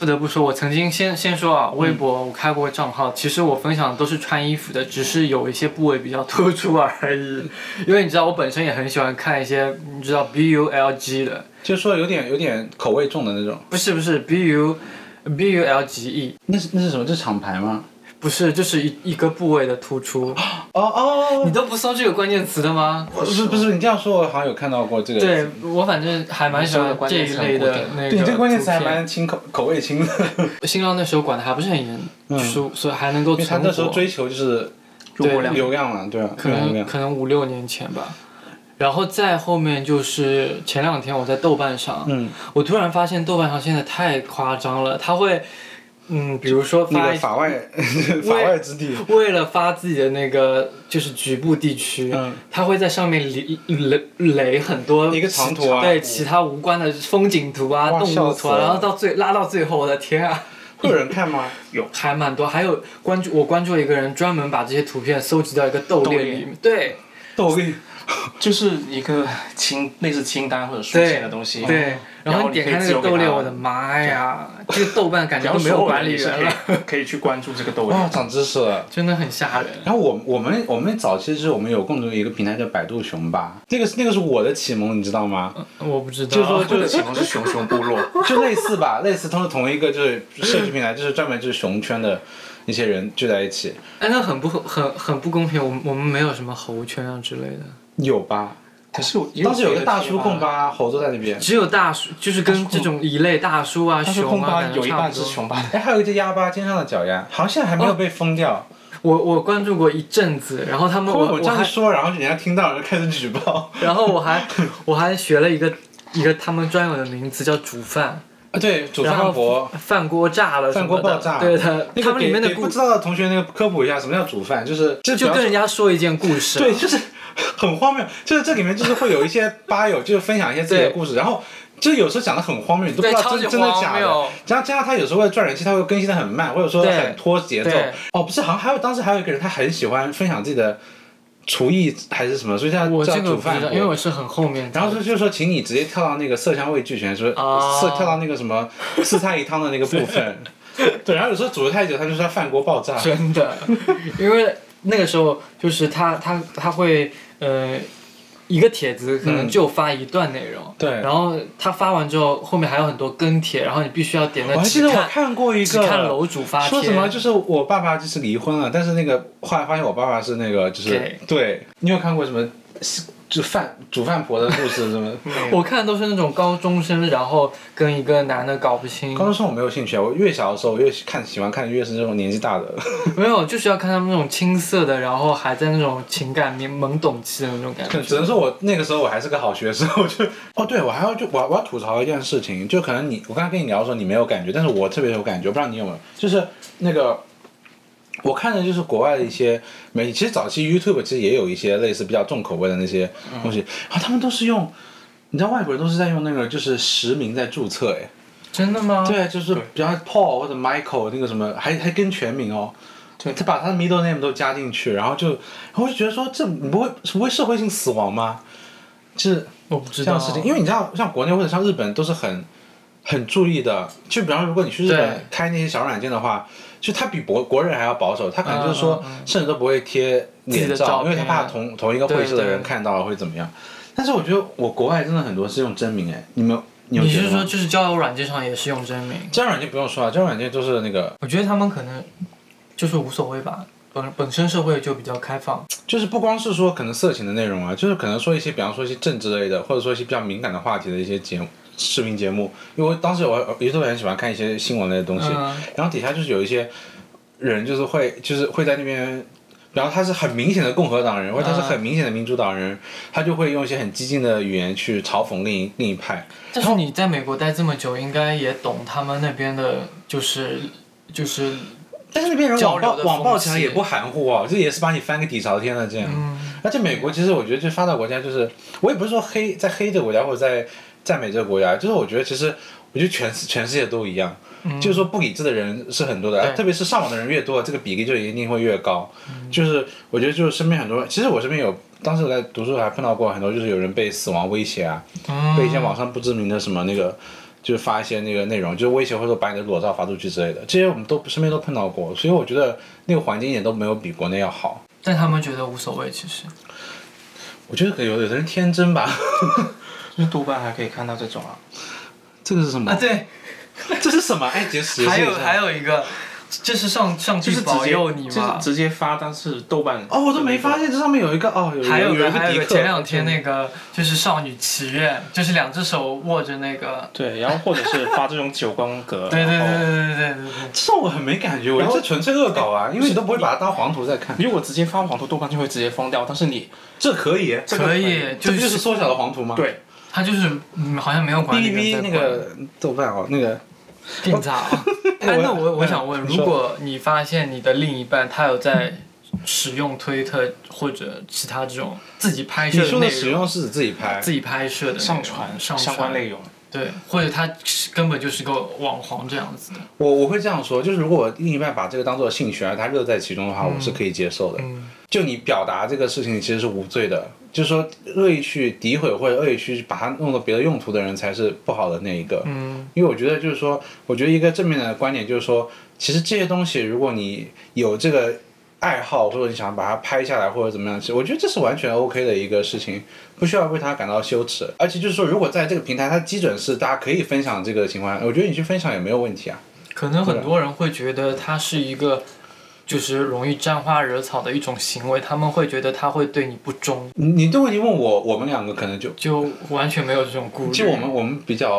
B: 不得不说，我曾经先先说啊，微博
C: 嗯
B: 我开过个账号，其实我分享的都是穿衣服的，只是有一些部位比较突出而已。因为你知道，我本身也很喜欢看一些你知道 BULG 的，
A: 就是说有点有点口味重的那种。
B: 不是不是 BU BULGE，
A: 那是那是什么？这是厂牌吗？
B: E，不是就是一一个部位的突出。
A: 哦哦，
B: 你都不搜这个关键词的吗？
A: 不是不是，你这样说，我好像有看到过这个。
B: 对我反正还蛮喜
C: 你搜的
B: 欢
C: 关
B: 这
C: 键
B: 一
C: 词
B: 类
C: 很固
B: 的
C: 定
B: 那个。
A: 对，你这个关键词还蛮轻口口味轻的， *laughs*
B: 新浪那时候管的还不是很严，所、所以还能够
A: 嗯因为他
B: 存活。
A: 那时候追求就是
C: 入
B: 对
C: 流量
A: 流量嘛，对吧？
B: 可
A: 流
B: 能
A: 量
B: 可能五六年前吧。然后再后面就是前两天我在豆瓣上，
A: 嗯，
B: 我突然发现豆瓣上现在太夸张了，他会，嗯，比如说
A: 那
B: 发
A: 个 *laughs*
B: 一
A: 法外法外之地，
B: 为了发自己的那个就是局部地区，
A: 嗯
B: 他会在上面垒垒垒很多
A: 一个长图啊
B: 对其他无关的风景图啊、
A: 哇
B: 动物
A: 笑
B: 图
A: 死
B: 啊，
A: 了
B: 然后到最拉到最后，我的天啊！
A: 会有人看 *laughs* 吗？
B: 还蛮多，还有关注我关注了一个人，专门把这些图片搜集到一个豆
C: 豆
B: 类
C: 类
B: 里面。对
A: 逗逼，
C: 就是一个清类似清单或者书
B: 对
C: 签的东西。嗯
B: 对，然后你点开那个豆类，我的妈呀，这个豆瓣感觉
C: 然
B: 都
C: 后
B: 没有管理员了，
C: 可以可以去关注这个
A: *laughs*
C: 豆
A: 哇，
C: 瓣。
A: 长知识了。
B: *laughs* 真的很吓人。
A: 然后我我们我们早期是我们有共同一个平台叫百度熊吧，那个是那个是我的启蒙，你知道吗？
B: 嗯啊我不知道，
A: 就说
C: 这
A: 就
C: 个启蒙是熊熊部
A: *laughs*
C: 落，
A: 就类似吧，类似都是同一个就是社区平台，就是专门就是熊圈的一些人聚在一起，
B: 哎，那很不很很不公平，我们我们没有什么猴圈啊之类的，
A: 有吧？
C: 可是我
A: 当时有个大叔控
C: 控，
A: 吧，猴子在那边，
B: 只有大叔，就是跟这种一类大叔啊、
C: 大叔
B: 熊
C: 控
B: 啊，
C: 吧
B: 感觉
C: 有一
B: 差
C: 半
B: 不
C: 是
B: 多。
C: 熊吧，
A: 哎，还有一只鸭吧，肩上的脚丫，好像现在
B: 哦
A: 还没有被封掉。
B: 我我关注过一阵子，然后他们
A: 后面
B: 我
A: 我这
B: 我还
A: 样说，然后人家听到，然后开始举报。
B: 然后我还我还学了一个一个他们专有的名词叫煮饭，
A: 啊，对， *laughs* 主
B: 然后
A: 饭博，
B: 饭锅炸了什
A: 饭
B: 么的，
A: 锅爆炸
B: 对的，
A: 那
B: 他
A: 个
B: 们
A: 给
B: 里面的
A: 给
B: 故
A: 不知道的同学那个科普一下，什么叫主饭，就是就
B: 就跟人
A: 家
B: 家说一件故事，
A: 对，就是很荒谬，就是这里面就是会有一些吧友，就是分享一些自己的
B: 对
A: 故事，然后。就是有时候讲的很荒谬，你都不
B: 对
A: 知道
B: 超
A: 真
B: 级
A: 真的假的
B: 荒谬。
A: 加加上他有时候为了赚人气，他会更新的很慢，或者说
B: 对
A: 很拖节奏
B: 对。
A: 哦，不是，好像还有当时还有一个人，他很喜欢分享自己的厨艺还是什么，所以叫
B: 我
A: 叫
B: 这个
A: 煮
B: 不
A: 饭
B: 知道，
A: 博。
B: 因为我是很后面才，
A: 然后就就说，请你直接跳到那个色香味俱全，说
B: 啊
A: 色跳到那个什么四菜一汤的那个部
B: *laughs*
A: 分。对，然后有时候煮的太久，他就说饭锅爆炸。
B: *laughs* 真的，因为那个时候就是他他他会呃。一个帖子可能
A: 嗯
B: 就发一段内容，
A: 对
B: 然后他发完之后，后面还有很多跟帖，然后你必须要点那
A: 我还记
B: 只
A: 得我
B: 看
A: 看过一
B: 只看
A: 个，
B: 楼主发帖，
A: 说什么就是我爸爸就是离婚了，但是那个后来发现我爸爸是那个就是
B: 对
A: 对，你有看过什么？就饭煮饭婆的故事，什么 *laughs*
B: 我看都是那种高中生，然后跟一个男的搞不清
A: 高，中生我没有兴趣啊，我越小的时候我越看喜欢看越是这种年纪大的，
B: 没有，就是要看他们那种青涩的，然后还在那种情感懵懵懂期的那种感觉。
A: 只能说我那个时候我还是个好学生，我就 *laughs* 哦，对我还要就我我要吐槽一件事情，就可能你我刚才跟你聊的时候你没有感觉，但是我特别有感觉，不知道你有没有，就是那个我看的就是国外的一些媒体，其实早期 YouTube 其实也有一些类似比较重口味的那些东西，然后他们都是用，你知道外国人都是在用那个就是实名在注册，哎，
B: 真的吗？
A: 对，就是比方 Paul 或者 Michael 那个什么，还还跟全名哦，对，他把他的 middle name 都加进去，然后就，然后我就觉得说，这你不会不会社会性死亡吗？就是
B: 我不知
A: 这
B: 道
A: 样的事情，因为你知道，像国内或者像日本都是很很注意的。就比方说，如果你去日
B: 对
A: 本开那些小软件的话，就他比国国人还要保守，他可能就是说，甚至都不会贴
B: 嗯自己
A: 脸
B: 的照
A: 照，
B: 片
A: 因为他怕同同一个会社的
B: 对对
A: 人看到了会怎么样。但是我觉得我国外真的很多是用真名哎，你们你有
B: 你
A: 觉
B: 是
A: 得
B: 说
A: 吗？
B: 就是交友软件上也是用真名？
A: 这软件不用说啊，这软件就是那个
B: 我觉得他们可能就是无所谓吧，本本身社会就比较开放。
A: 就是不光是说可能色情的内容啊，就是可能说一些，比方说一些政治类的，或者说一些比较敏感的话题的一些节目视频节目。因为我当时我有时候很喜欢看一些新闻类的东西，
B: 嗯
A: 然后底下就是有一些人就是会就是会在那边。然后他是很明显的共和党人，或者他是很明显的民主党人，他就会用一些很激进的语言去嘲讽另一另一派。
B: 但是你在美国待这么久，应该也懂他们那边的，就是就是
A: 但是那边人
B: 交
A: 网
B: 流
A: 暴
B: 的
A: 网暴
B: 风
A: 起来
B: 气嗯
A: 也不含糊哦，这也是把你翻个底朝天的这样。而且美国其实我觉得，就发达国家，就是我也不是说黑在黑这个国家或者在 *laughs* 赞美这个国家，就是我觉得其实我觉得全世全世界都一样，就是说不理智的人是很多的，
B: 嗯对嗯
A: 特别是上网的人越多，这个比例就一定会越高。就是我觉得就是身边很多，其实我身边有。当时我在读书还碰到过很多，就是有人被死亡威胁啊，
B: 嗯
A: 被一些网上不知名的什么那个就是发一些那个内容，就是威胁或者把你的裸照发出去之类的，这些我们都身边都碰到过，所以我觉得那个环境一点都没有比国内要好。
B: 但他们觉得无所谓，其实。
A: 我觉得可能有有的人天真吧， *laughs*
C: 就是豆瓣还可以看到这种啊，
A: 这个是什么？
B: 啊对，
A: 这是什么？哎，解释
B: 还有还
A: 有
B: 有一个，就是上上
C: 就
B: 帝
C: 是直
B: 保
C: 接
B: 佑你
C: 就是
B: 嘛。
C: 直接发，但是豆瓣
A: 哦，我都没发现这上面有一个哦，有一
B: 还
A: 有
B: 有个
A: 一
B: 还有
A: 迪
B: 个
A: 克，
B: 前两天那个就是少女祈愿，就是两只手握着那个，
C: 对，然后或者是发这种九宫格，
B: 对对对
C: 然后
B: 对对对对对。
A: 这种我很没感觉，我觉
C: 然
A: 得
C: 后
A: 这纯粹恶搞啊，因为你都不会把它当黄图在看，
C: 如果直接发黄图，豆瓣就会直接封掉，但是你
A: 这可以，这
B: 可以，
A: 这
B: 就
A: 不就是是缩小的黄图吗？，
C: 对
B: 他就是嗯，好像没有管
A: 哔
B: 理
A: 哩哔
B: 人
A: 哩
B: 在
A: 那
B: 管
A: 个豆瓣哦，那个
B: 病
A: *laughs*
B: 灶。哎，那我我想问，
A: 嗯你说
B: 如果你发现你的另一半他有在使用推特或者其他这种自己拍摄
A: 你说的
B: 内
A: 使
B: 容，
A: 用是指自己拍，
B: 自己拍摄的内容
C: 上传
B: 上
C: 相关内容，
B: 对，或者他是根本就是个网红这样子的。
A: 我我会这样说，就是如果我另一半把这个当做兴趣，而他乐在其中的话，我是可以接受的。
B: 嗯
A: 就你表达这个事情其实是无罪的，就是说恶意去诋毁或者恶意去把它弄到别的用途的人才是不好的那一个。
B: 嗯，
A: 因为我觉得就是说，我觉得一个正面的观点就是说，其实这些东西如果你有这个爱好，或者你想把它拍下来或者怎么样，其实我觉得这是完全 OK 的一个事情，不需要为它感到羞耻。而且就是说，如果在这个平台它基准是大家可以分享这个情况下，我觉得你去分享也没有问题啊。
B: 可能很多人会觉得他是一个。就是容易沾花惹草的一种行为，他们会觉得他会对你不忠，
A: 你你这问题问我，我们两个可能就
B: 就完全没有这种顾虑。
A: 就我们我们比较。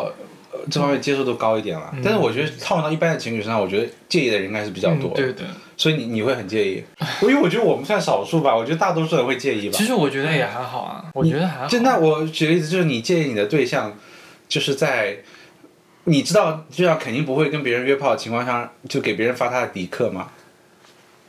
A: 呃这方面接受度高一点了，但是我觉得套用到一般的情侣身上，我觉得介意的人应该是比较多
B: 嗯，，对对，
A: 所以你你会很介意，因为我觉得我们算少数吧，我觉得大多数人会介意吧
B: 其。实我觉得也还好
C: 嗯
B: 啊，我觉得还好。
A: 就那我举个例子，就是你介意你的对象，就是在你知道这样肯定不会跟别人约炮的情况下，就给别人发他的迪克吗？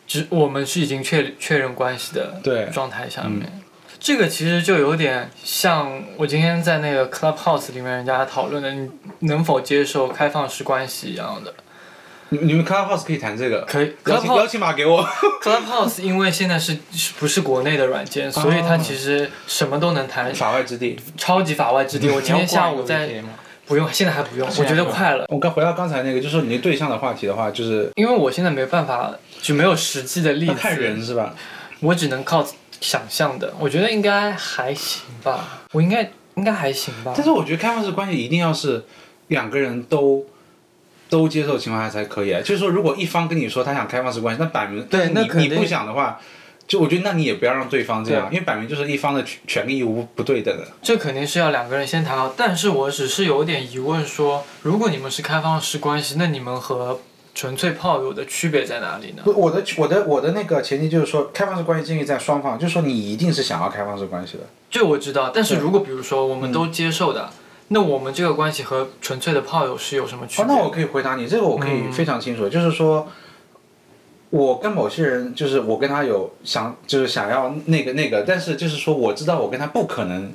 B: 只我们是已经确确认关系的
A: 对
B: 状态下面，
C: 嗯
B: 这个其实就有点像我今天在那个 Clubhouse 里面人家讨论的，你能否接受开放式关系一样的。
A: 你你们 Clubhouse 可以谈这个，
B: 可以
A: 邀请邀请码给我。
B: Clubhouse 因为现在是是不是国内的软件，所以它其实什么都能谈，
A: 法外之地。
B: 超级法外之地。我今天下午
C: 嗯你要挂一个啊 VPN
B: 在
C: 吗
B: 不用，现在还不用，我觉得快了，
A: 我刚回到刚才那个，就是说你对象的话题的话，就是
B: 因为我现在没办法，就没有实际的例
A: 要
B: 子，
A: 看人是吧？
B: 我只能靠想象的，我觉得应该还行吧，我应该应该还行吧。
A: 但是我觉得开放式关系一定要是两个人都都接受的情况下才可以啊。就是说，如果一方跟你说他想开放式关系，那摆明
B: 对那肯
A: 你
B: 定
A: 你不想的话，就我觉得那你也不要让对方这样，因为摆明就是一方的权权利义务不对等的。
B: 这肯定是要两个人先谈好，但是我只是有点疑问说，如果你们是开放式关系，那你们和纯粹炮友的区别在哪里呢？
A: 不，我的我的我的那个前提就是说，开放式关系建立在双方，就是说你一定是想要开放式关系的。嗯
B: 这我知道，但是如果比如说我们都接受的，那我们这个关系和纯粹的炮友是有什么区
A: 哦，
B: 别？嗯
A: 那我可以回答你，这个我可以非常清楚，就是说，我跟某些人，就是我跟他有想，就是想要那个那个，但是就是说，我知道我跟他不可能，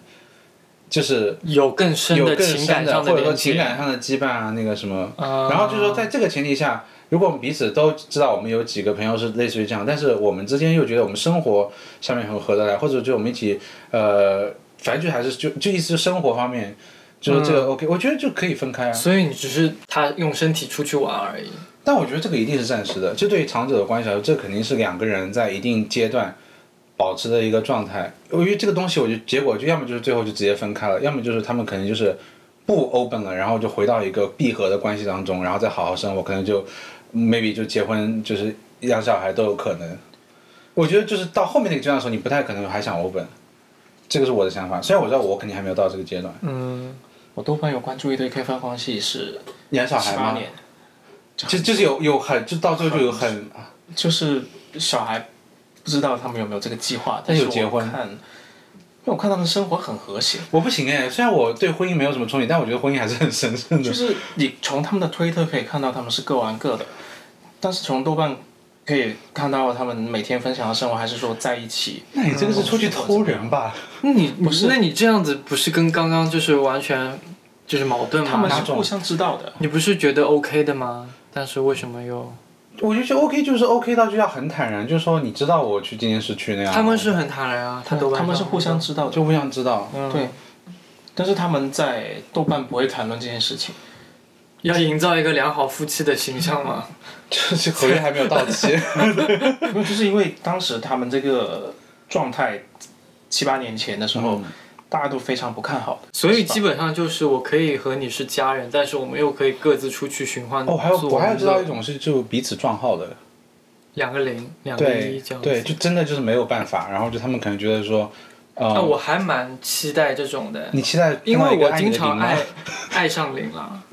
A: 就是
B: 有更深
A: 有
B: 的
A: 更
B: 情
A: 深
B: 感上
A: 或者说
B: 连
A: 情
B: 接。
A: 感上的羁绊啊，那个什么。
B: 啊
A: 然后就是说，在这个前提下，如果我们彼此都知道我们有几个朋友是类似于这样，但是我们之间又觉得我们生活上面很合得来，或者就我们一起呃，反正就还是就就意思是生活方面，就是
B: 嗯
A: 这个 OK，、我觉得就可以分开啊。
B: 所以你只是他用身体出去玩而已。
A: 但我觉得这个一定是暂时的，这对于长久的关系来说，这肯定是两个人在一定阶段保持的一个状态。由于这个东西，我就结果就要么就是最后就直接分开了，要么就是他们可能就是不 open 了，然后就回到一个闭合的关系当中，然后再好好生活，可能就 maybe 就结婚，就是养小孩都有可能。我觉得就是到后面那个阶段的时候，你不太可能还想 open，这个是我的想法。虽然我知道我肯定还没有到这个阶段，
B: 嗯，
C: 我豆瓣有关注一对开放关系是
A: 养小孩
C: 十八
A: 吗？
C: 年，
A: 就就是有有很就到最后就有很
C: 就是小孩不知道他们有没有这个计划，
A: 但
C: 但
A: 有
C: 是
A: 结
C: 我
A: 婚
C: 看，因为我看他们生活很和谐，
A: 我不行哎，虽然我对婚姻没有什么憧憬，但我觉得婚姻还是很神圣的。
C: 就是你从他们的推特可以看到他们是各玩各的，但是从豆瓣可以看到他们每天分享的生活，还是说在一起。
A: 那你这个是出去偷人吧？
B: 那你
C: 不是
B: 那你这样子不是跟刚刚就是完全就是矛盾
C: 他们
B: 吗？
A: 哪
C: 是
A: 种
C: 互相知道的，
B: 你不是觉得 OK 的吗？但是为什么又？
A: 我就觉得 OK，就是 OK 到就要很坦然，就是说你知道我去今天是去那样，
B: 他们是很坦然啊，
C: 他
B: 都
C: 他们是互相知道的，
A: 就不想知道。
B: 嗯
C: 对但是他们在豆瓣不会谈论这件事情。
B: 要营造一个良好夫妻的
A: *laughs*
B: 形象嘛。
A: 就是合约还没有到期，
C: *laughs* 因为就是因为当时他们这个状态，七八年前的时
A: 嗯
C: 候，大家都非常不看好的。
B: 所以基本上就是我可以和你是家人，但是我们又可以各自出去寻欢。
A: *laughs* 哦，还有
B: 做
A: 我还有
B: 们
A: 知道
B: 的
A: 一种是就彼此撞号的，
B: 两个零，两个一
A: 对
B: 这样子。
A: 对，就真的就是没有办法，然后就他们可能觉得说，
B: 那
A: 呃，
B: 我还蛮期待这种的，
A: 你期待
B: 因
A: 哎另外
B: 为
A: 一个
B: 我
A: 爱你
B: 经
A: 的
B: 常
A: 零吗
B: 爱爱上零
A: *laughs*
B: 了。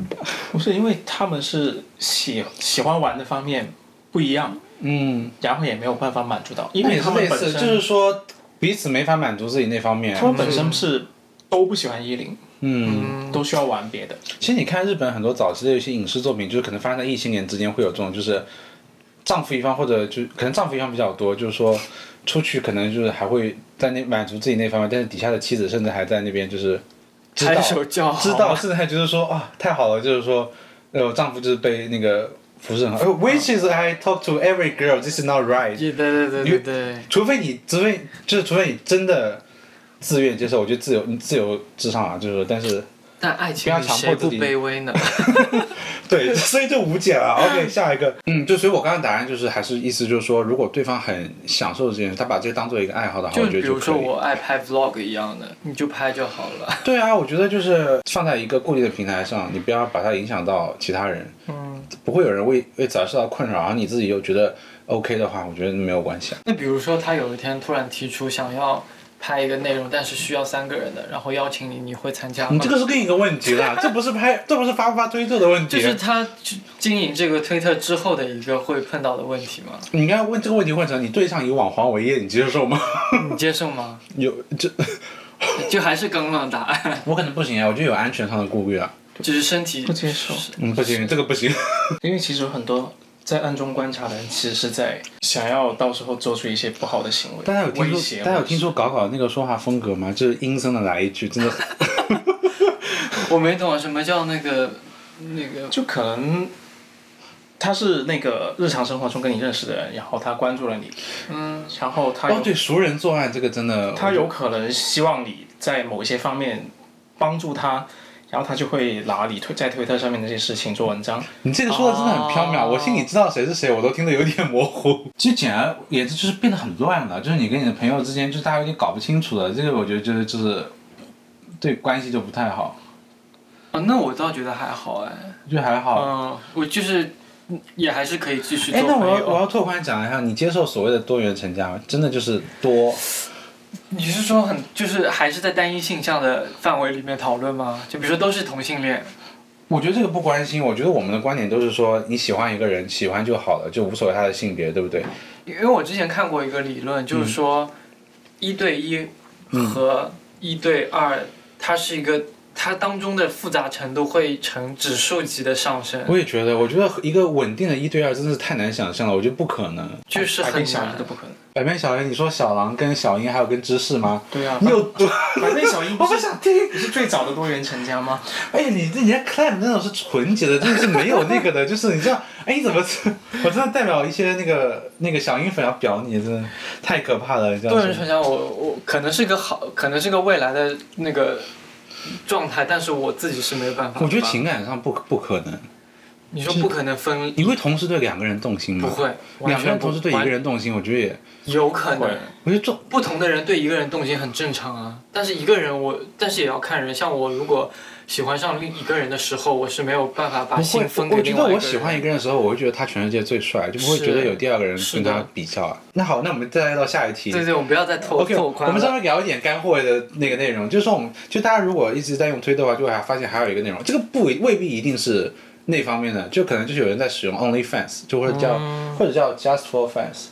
C: 不是因为他们是喜喜欢玩的方面不一样，
A: 嗯，
C: 然后也没有办法满足到，因
A: 那
C: 为
A: 也是
C: 哎他们
A: 类
C: 本
A: 似，
C: 身
A: 就是说彼此没法满足自己那方面
C: 他。们本身是都不喜欢一零，
A: 嗯，
C: 都需要玩别的。
A: 其实你看日本很多早期的一些影视作品，就是可能发生在异性恋之间会有这种，就是丈夫一方或者就可能丈夫一方比较多，就是说出去可能就是还会在那满足自己那方面，但是底下的妻子甚至还在那边就是知 *laughs* 道
B: 拍手叫好，
A: 知道，甚至还觉得说啊太好了，就是说呃我丈夫就是被那个服侍很好、呃 Which is I talk to every girl, this is not right。
B: 对对对对对，
A: 除非你，除非就是除非你真的自愿接受，我觉得自由你自由至上啊，就是说，但是
B: 但爱
A: 不
B: 情
A: 要
B: 里
A: 强迫
B: 谁不
A: 自己
B: 卑微呢？
A: *laughs* 对，所以就无解了。OK，下一个，嗯，就所以我刚刚答案就是还是意思就是说，如果对方很享受这件事，他把这个当做一个爱好的话，
B: 就
A: 我
B: 比
A: 觉得就
B: 如
A: 可
B: 说
A: 以。
B: 我爱拍 vlog 一样的，你就拍就好了。
A: *laughs* 对啊，我觉得就是放在一个固定的平台上，你不要把它影响到其他人。嗯，不会有人为为此而受到困扰，然后你自己又觉得 OK 的话，我觉得没有关系啊。
B: 那比如说，他有一天突然提出想要拍一个内容，但是需要三个人的，然后邀请你，你会参加吗？
A: 你这个是另一个问题了，这不是拍，这不是发不发推特的问题。
B: 就是他经营这个推特之后的一个会碰到的问题吗？
A: 你应该问这个问题，问成你对上以网黄为业，你接受吗？ *laughs*
B: 你接受吗？
A: 有这，
B: 就还是刚刚的答案， *laughs*
A: 我可能不行啊，我觉得有安全上的顾虑啊。
B: 就是身体
C: 不接受
A: 嗯，不行，这个不行。
C: 因为其实有很多在暗中观察的人，其实是在想要到时候做出一些不好的行为，
A: 大家有听
C: 威
A: 说
C: 胁，
A: 大家有听说搞搞那个说话风格吗？就是阴森的来一句，真的 *laughs*
B: 我没懂什么叫那个那个
C: 就可能他是那个日常生活中跟你认识的人，然后他关注了你，
B: 嗯，
C: 然后他有、
A: 哦，对，熟人作案这个真的，
C: 他有可能希望你在某一些方面帮助他。然后他就会拿你推在推特上面那些事情做文章，
A: 你这个说的真的很缥缈，
B: 哦
A: 我心里知道谁是谁，我都听得有点模糊。 *laughs* 其实简而言之，就是变得很乱了，就是你跟你的朋友之间，就是大家有点搞不清楚了。这个我觉得就是就是对关系就不太好，
B: 哦啊，那我倒觉得还好哎，
A: 就还好。
B: 嗯，我就是也还是可以继续
A: 嗯哎，
B: 做
A: 那我
B: 朋
A: 要我
B: 友。
A: 要拓宽讲一下，你接受所谓的多元成家吗？真的就是多
B: 你是说很就是还是在单一性向的范围里面讨论吗？就比如说都是同性恋，
A: 我觉得这个不关心，我觉得我们的观点都是说，你喜欢一个人，喜欢就好了，就无所谓他的性别，对不对？
B: 因为我之前看过一个理论，
A: 嗯
B: 就是说一对一和一对二，它是一个它当中的复杂程度会呈指数级的上升，
A: *laughs* 我也觉得，我觉得一个稳定的一对二真的是太难想象了，我觉得不可能。
B: 就是
C: 还
B: 很
C: 跟小
B: 难
C: 樱都。不可能。
A: 百变小樱，你说小狼跟小樱还有跟芝士吗？
B: 对啊
A: *laughs* 你有多？
C: 反正小樱
A: 我
C: 不
A: 不
C: 是 *laughs*
A: 想听。
C: 不是最早的多元成家吗？
A: 哎呀，你这人家 clam 那种是纯洁的，就是没有那个的，就是你知 *laughs* 道，哎，你怎么？我真的代表一些那个那个小樱粉要表你，真的太可怕了，你知道
B: 多人
A: 吗？
B: 成家，我我可能是个好，可能是个未来的那个状态，但是我自己是没有办法的吧。
A: 我觉得情感上不不可能，
B: 你说不可能分，
A: 你会同时对两个人动心吗？
B: 不会，完
A: 两个
B: 全
A: 人
B: 不
A: 同时对一个，人动心，我觉得也，
B: 完有可
C: 会
B: 能。
A: 我觉得重，
B: 不同的人对一个人动心很正常啊，但是一个人我，但是也要看人。像我如果喜欢上另一个人的时候，我是没有办法把
A: 不会
B: 心分，
A: 我
B: 给
A: 我觉
B: 另外
A: 得
B: 一个人。
A: 我喜欢一个人的时候，我会觉得他全世界最帅，就不会
B: 是
A: 觉得有第二个人
B: 是
A: 跟
B: 的
A: 他比较啊。那好，那我们再来到下一题。
B: 对对，我们不要再拓
A: OK，
B: 拓
A: 我
B: 宽了。
A: 们稍微聊一点干货的那个内容，就是说我们就大家如果一直在用推特的话，就会还发现还有一个内容，这个不未必一定是那方面的，就可能就是有人在使用 OnlyFans，就或者叫、
B: 嗯
A: 或者叫 Just for Fans，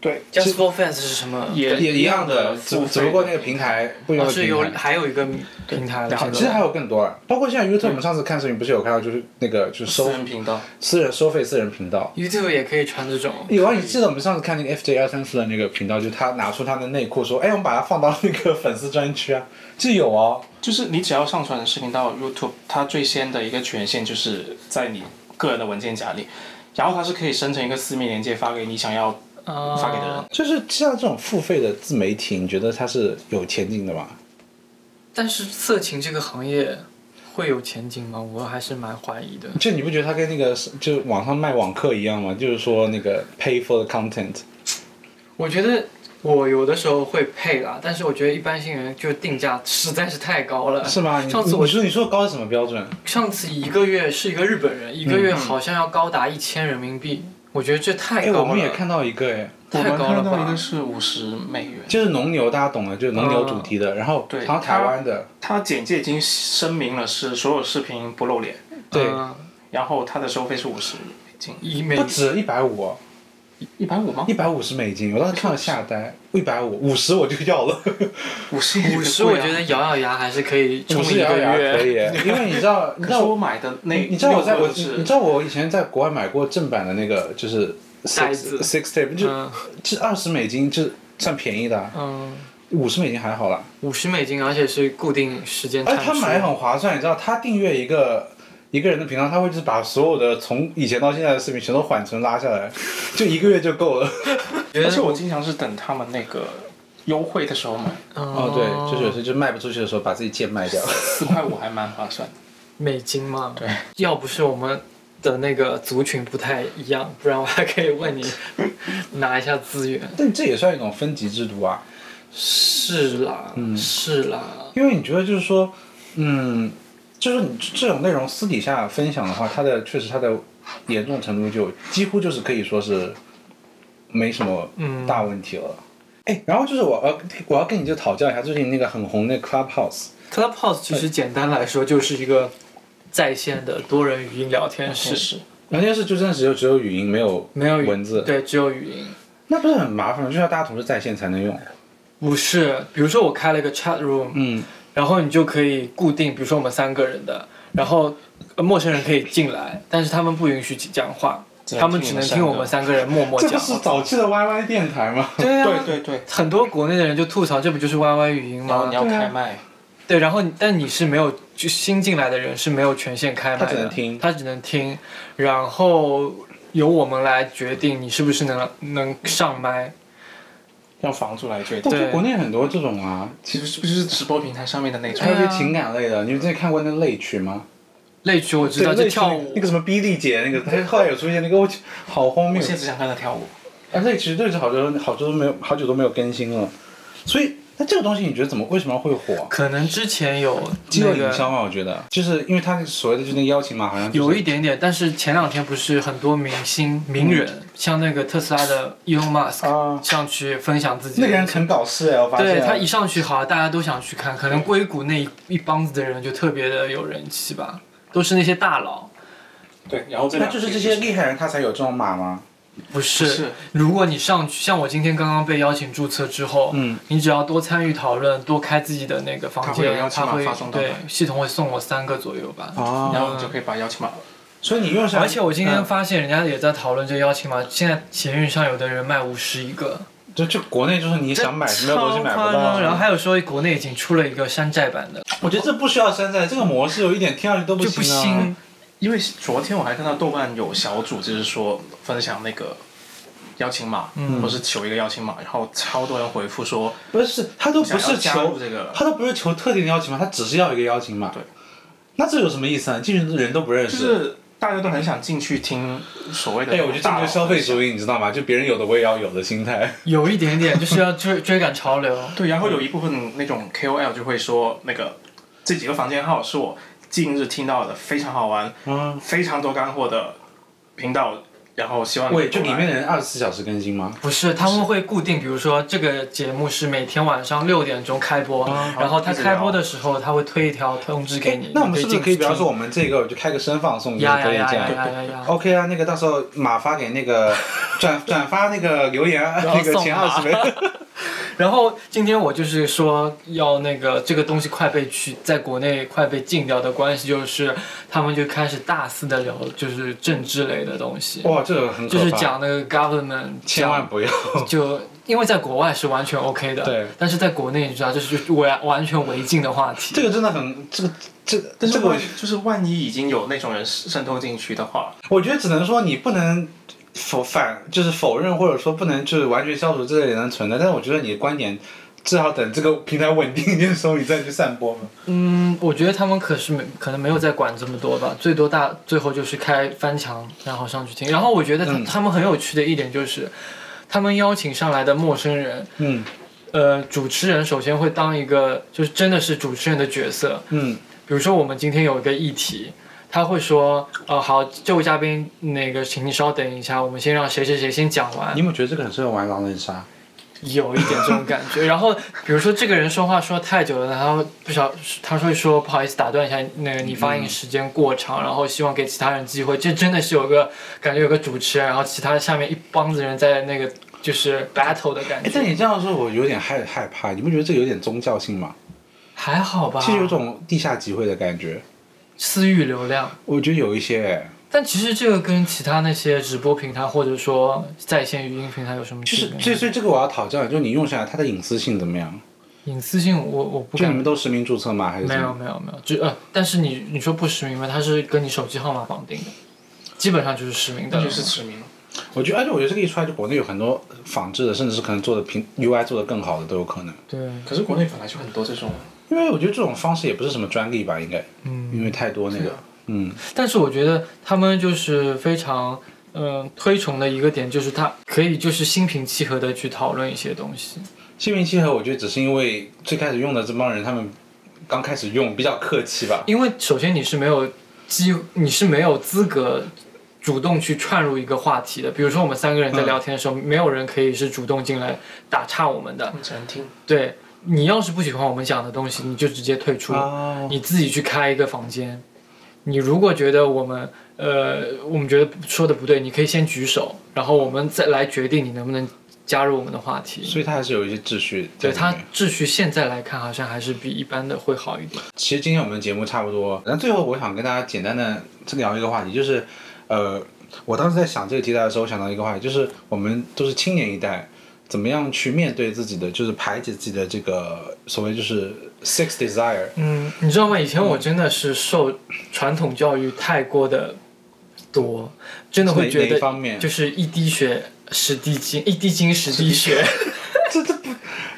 C: 对，
B: Just for Fans 是什么？
C: 也
A: 也一样的，只
C: 付费
A: 只不过那个平台不一样
B: 哦
A: 的
B: 是
A: 平
B: 有
A: 台。
B: 还有一个平台的
C: 然后，
A: 其实还有更多啊，包括现在 YouTube，我们上次看视频不是有看到，就是那个就是收
C: 私人频道，
A: 私人收费私人频道。
B: YouTube 也可以传这种。
A: 有啊，你记得我们上次看那个 FJ 二三四的那个频道，就他拿出他的内裤说：“哎，我们把它放到那个粉丝专区啊。” *laughs* 就有哦，
C: 就是你只要上传视频到 YouTube，它最先的一个权限就是在你个人的文件夹里，然后它是可以生成一个私密链接发给你想要
B: 啊
C: 发给的人。
A: 就是像这种付费的自媒体，你觉得它是有前景的吗？
B: 但是色情这个行业会有前景吗？我还是蛮怀疑的。
A: 就你不觉得它跟那个就网上卖网课一样吗？就是说那个 pay for the content，
B: 我觉得我有的时候会配啦，但是我觉得一般性人就定价实在是太高了。
A: 是吗？你
B: 呃上次我
A: 你说你说高是什么标准？
B: 上次一个月是一个日本人，一个月
A: 嗯
B: 好像要高达一千人民币，我觉得这太
A: 哎，
B: 高了。
A: 我们也看到一个哎，
C: 我
B: 太
C: 们
B: 高了
C: 看到
B: 吧
C: 一个是五十美元，
A: 就是农牛，大家懂的，就是农牛
B: 嗯
A: 主题的，然后
C: 对
A: 然后台
C: 它
A: 湾的，
C: 它简介已经声明了是所有视频不露脸，
A: 对，
B: 嗯
C: 然后它的收费是五十美金，
B: 一美
A: 不止一百五，
C: 一百五吗？
A: 一百五十美金，我当时看了吓呆，一百五五十我就要了，
C: 五十
B: 五十，
C: 啊
B: 我觉得咬咬牙还是可以
A: 五
B: 冲
A: 十
B: 一
A: 咬
B: 个
A: 牙可
B: 月。
A: 以，
B: *laughs*
A: 因为你知道，你
C: 可
A: 知
C: 是
A: 道
C: 我
A: 我，
C: 买的那
A: 你知道我在我，
C: 六个
A: 你
C: 是
A: 你知道我以前在国外买过正版的那个就是
B: 袋
A: six
B: 子
A: six tape，就
B: 嗯
A: 这二十美金，这算便宜的啊，
B: 嗯，
A: 五十美金还好啦。
B: 五十美金，而且是固定时间
A: 而
B: 产
A: 且
B: 出。
A: 哎他买很划算，你知道，他订阅一个一个人的频道，他会就是把所有的从以前到现在的视频全都缓存拉下来，就一个月就够了。
B: 觉
C: 而且
B: 得
C: 我经常是等他们那个优惠的时候买，
B: 嗯
A: 哦，对，就是有时就卖不出去的时候，把自己贱卖掉。 *laughs*
C: 四块五还蛮划算的。
B: 美金嘛。
C: 对，
B: 要不是我们的那个族群不太一样，不然我还可以问
A: *laughs*
B: 你拿一下资源。
A: 但这也算一种分级制度啊。
B: 是啦，
A: 嗯
B: 是啦，
A: 因为你觉得就是说，嗯，就是你这种内容私底下分享的话，它的确实它的严重程度就几乎就是可以说是没什么大问题了。哎，然后就是我要我要跟你就讨教一下最近那个很红的 Clubhouse，
B: Clubhouse 其实简单来说就是一个在线的多人语音聊天
C: 是
B: 室，
C: 是，
A: 聊天室就真的只有只有语音没有
B: 没有语
A: 文字，
B: 对，只有语音。
A: 那不是很麻烦吗？就要大家同时在线才能用。
B: 不是，比如说我开了一个 chat room，
A: 嗯，
B: 然后你就可以固定，比如说我们三个人的，然后呃陌生人可以进来，但是他们不允许讲话，
C: 能
B: 他们只能听我们三个人默默
A: 这不
B: 讲。
A: 是早期的 YY 电台吗？
B: 对啊，
C: 对对对，
B: 很多国内的人就吐槽，这不就是 YY 语音
C: 然后
B: 吗
C: 你？要
A: 对啊
C: 开麦，
B: 对，然后你但你是没有，就新进来的人是没有权限开麦的，
A: 他只能听
B: 他只能听，然后由我们来决定你是不是能能上麦。
C: 用房租来决定。
A: 但是
B: 对
A: 国内很多这种啊，
C: 其实是不是直播平台上面的那种
A: 还？有一些情感类的，你们之前看过那个类曲吗？
B: 类曲我知道，
A: 对
B: 就
A: 类似
B: 跳
A: 那
B: 舞
A: 那个什么 B 莉姐那个，她后来有出现那个，我去，好荒
C: 我
A: 谬哎
C: 现。在只想看他跳舞。
A: 啊，那其实这是好久好久都没有好久都没有更新了，所以那这个东西你觉得怎么为什么会火？
B: 可能之前有
A: 饥
B: 那
A: 饿营
B: 个
A: 销嘛，我觉得就是因为他所谓的就那个邀请码，好像就是
B: 有一点点，但是前两天不是很多明星名人，像那个特斯拉的 Elon Musk
A: 嗯啊，
B: 上去分享自己
A: 那
B: 的，
A: 个人很搞事哎，我发现
B: 对他一上去好，大家都想去看，可能硅谷那一一帮子的人就特别的有人气吧，都是那些大佬，
C: 对，然后这
A: 那
C: 两
A: 就是这些厉害人他才有这种码吗？
B: 不是。
C: 是
B: 如果你上去，像我今天刚刚被邀请注册之后，
A: 嗯，
B: 你只要多参与讨论，多开自己的那个房
C: 它会有
B: 间，
C: 邀请
B: 它
C: 码
B: 会
C: 发送到
B: 对
C: 来
B: 系统会送我三个左右吧。
A: 哦
C: 然后你就可以把邀请码了。
A: 所以你用上，
B: 而且我今天
A: 嗯
B: 发现人家也在讨论这邀请码，现在闲鱼上有的人卖五十一个，
A: 就就国内就是你想买什么东西买
B: 超夸
A: 不
B: 张
A: 到，啊
B: 然后还有说国内已经出了一个山寨版的，
A: 我觉得这不需要山寨，这个模式有一点听上去都
B: 就
A: 新
B: 不
A: 啊。
B: 新。
C: 因为昨天我还看到豆瓣有小组，就是说分享那个邀请码，
B: 嗯
C: 或是求一个邀请码，然后超多人回复说
A: 不是，他都不
C: 想要
A: 是
C: 加
A: 求
C: 入这个，
A: 他都不是求特定的邀请码，他只是要一个邀请码。
C: 对，
A: 那这有什么意思啊？进去的人都不认
C: 就
A: 识。
C: 是大家都很想进去听所谓的
A: 哎，
C: 那
A: 我
C: 种
A: 觉得这
C: 大
A: 就
C: 佬
A: 是消费
C: 分享
A: 主义，你知道吗？就别人有的我也要有的心
B: *laughs*
A: 态。
B: 有一点点就是要追追赶潮流。
C: 对，然后有一部分那种 KOL 就会说，那个这几个房间号是我近日听到的非常好玩、
A: 嗯，
C: 非常多干货的频道，然后希望你
A: 喂，就
C: 过
A: 里
C: 来
A: 面的人二十四小时更新吗？
B: 不是，他们会固定，比如说这个节目是每天晚上六点钟开播，
A: 嗯
B: 然后他
C: 一直
B: 开播
C: 聊
B: 的时候他会推一条通知给你。
A: 哎那我们是不是可以，
B: 你进去
A: 比方说我们这个就开个声放送，就是
B: 呀
A: 可
B: 呀
A: 以
B: 呀
A: 这样
B: 呀。呀呀呀！
A: OK 啊，那个到时候码发给那
B: *laughs*
A: 个转转发那个留言啊，
B: 然后
A: 那个
B: 送
A: 前
B: 码
A: 二十位。
B: 然后今天我就是说要那个这个东西快被去在国内快被禁掉的关系，就是他们就开始大肆的聊就是政治类的东西，
A: 哇，这个很可
B: 就
A: 怕。
B: 是讲那个 government，
A: 千万不要。
B: 讲就因为在国外是完全 OK 的，
A: 对，
B: 但是在国内你知道这是完完全违禁的话题。
A: 这个真的很，这个这个
C: 但是
A: 这个
C: 万就是万一已经有那种人渗透进去的话，
A: 我觉得只能说你不能否反，就是否认或者说不能就是完全消除这类人的存在。但是我觉得你的观点至少等这个平台稳定一点的时候，你再去散播嘛。
B: 嗯，我觉得他们可是没可能没有在管这么多吧，最多大最后就是开翻墙，然后上去听。然后我觉得他、
A: 嗯
B: 他们很有趣的一点就是，他们邀请上来的陌生人。
A: 嗯
B: 呃，主持人首先会当一个就是真的是主持人的角色。
A: 嗯
B: 比如说我们今天有一个议题，他会说，呃，好，这位嘉宾，那个请你稍等一下，我们先让谁谁谁先讲完
A: 你。有没有觉得这个很适合玩狼人杀？
B: 有一点这种感觉。 *laughs* 然后比如说这个人说话说太久了，然后不小，他会说不好意思打断一下，那个你发言时间过长，然后希望给其他人机会。这真的是有个感觉，有个主持人，然后其他下面一帮子人在那个就是 battle 的感
A: 哎，
B: 觉。
A: 但你这样说，我有点害害怕。你不觉得这有点宗教性吗？
B: 还好吧，
A: 其实有种地下集会的感觉。
B: 私域流量。
A: 我觉得有一些，
B: 但其实这个跟其他那些直播平台或者说在线语音平台有什么
A: 就
B: 区
A: 是
B: 别？
A: 所以所以这个我要讨教你，就你用下来它的隐私性怎么样？
B: 隐私性我，我不
A: 就你
B: 敢。
A: 们都实名注册吗？还是
B: 没
A: 怎么样
B: 有？没有没有，就呃，但是你你说不实名吗？它是跟你手机号码绑定的，基本上就是实名的
C: 那
B: 了。
C: 就是指名。
A: 我觉得，而且我觉得这个一出来，就国内有很多仿制的，甚至是可能做的平 UI 做的更好的都有可能。
B: 对，
C: 可是国内本来就很多这种，
A: 因为我觉得这种方式也不是什么专利吧，应该，
B: 嗯。
A: 因为太多那
C: 对
A: 个
C: 啊，
A: 嗯，
B: 但是我觉得他们就是非常嗯、呃推崇的一个点，就是他可以就是心平气和的去讨论一些东西。
A: 心平气和，我觉得只是因为最开始用的这帮人，他们刚开始用比较客气吧，
B: 因为首先你是没有机，你是没有资格主动去串入一个话题的。比如说我们三个人在聊天的时候，没有人可以是主动进来打岔我们的
C: 他。们只能听。
B: 对你要是不喜欢我们讲的东西，你就直接退出，
A: 啊，
B: 你自己去开一个房间。你如果觉得我们呃，我们觉得说的不对，你可以先举手，然后我们再来决定你能不能加入我们的话题。
A: 所以它还是有一些秩序在
B: 对
A: 里面。
B: 它秩序现在来看，好像还是比一般的会好一点。
A: 其实今天我们节目差不多，然后最后我想跟大家简单的聊一个话题，就是，呃，我当时在想这个题材的时候，我想到一个话题，就是我们都是青年一代，怎么样去面对自己的，就是排解自己的这个所谓就是 sex desire。
B: 嗯，你知道吗？以前我真的是受传统教育太过的多，真的会觉
A: 哪哪一
B: 得
A: 方面？
B: 就是一滴血十滴精，一滴精十滴血。
A: 这这不，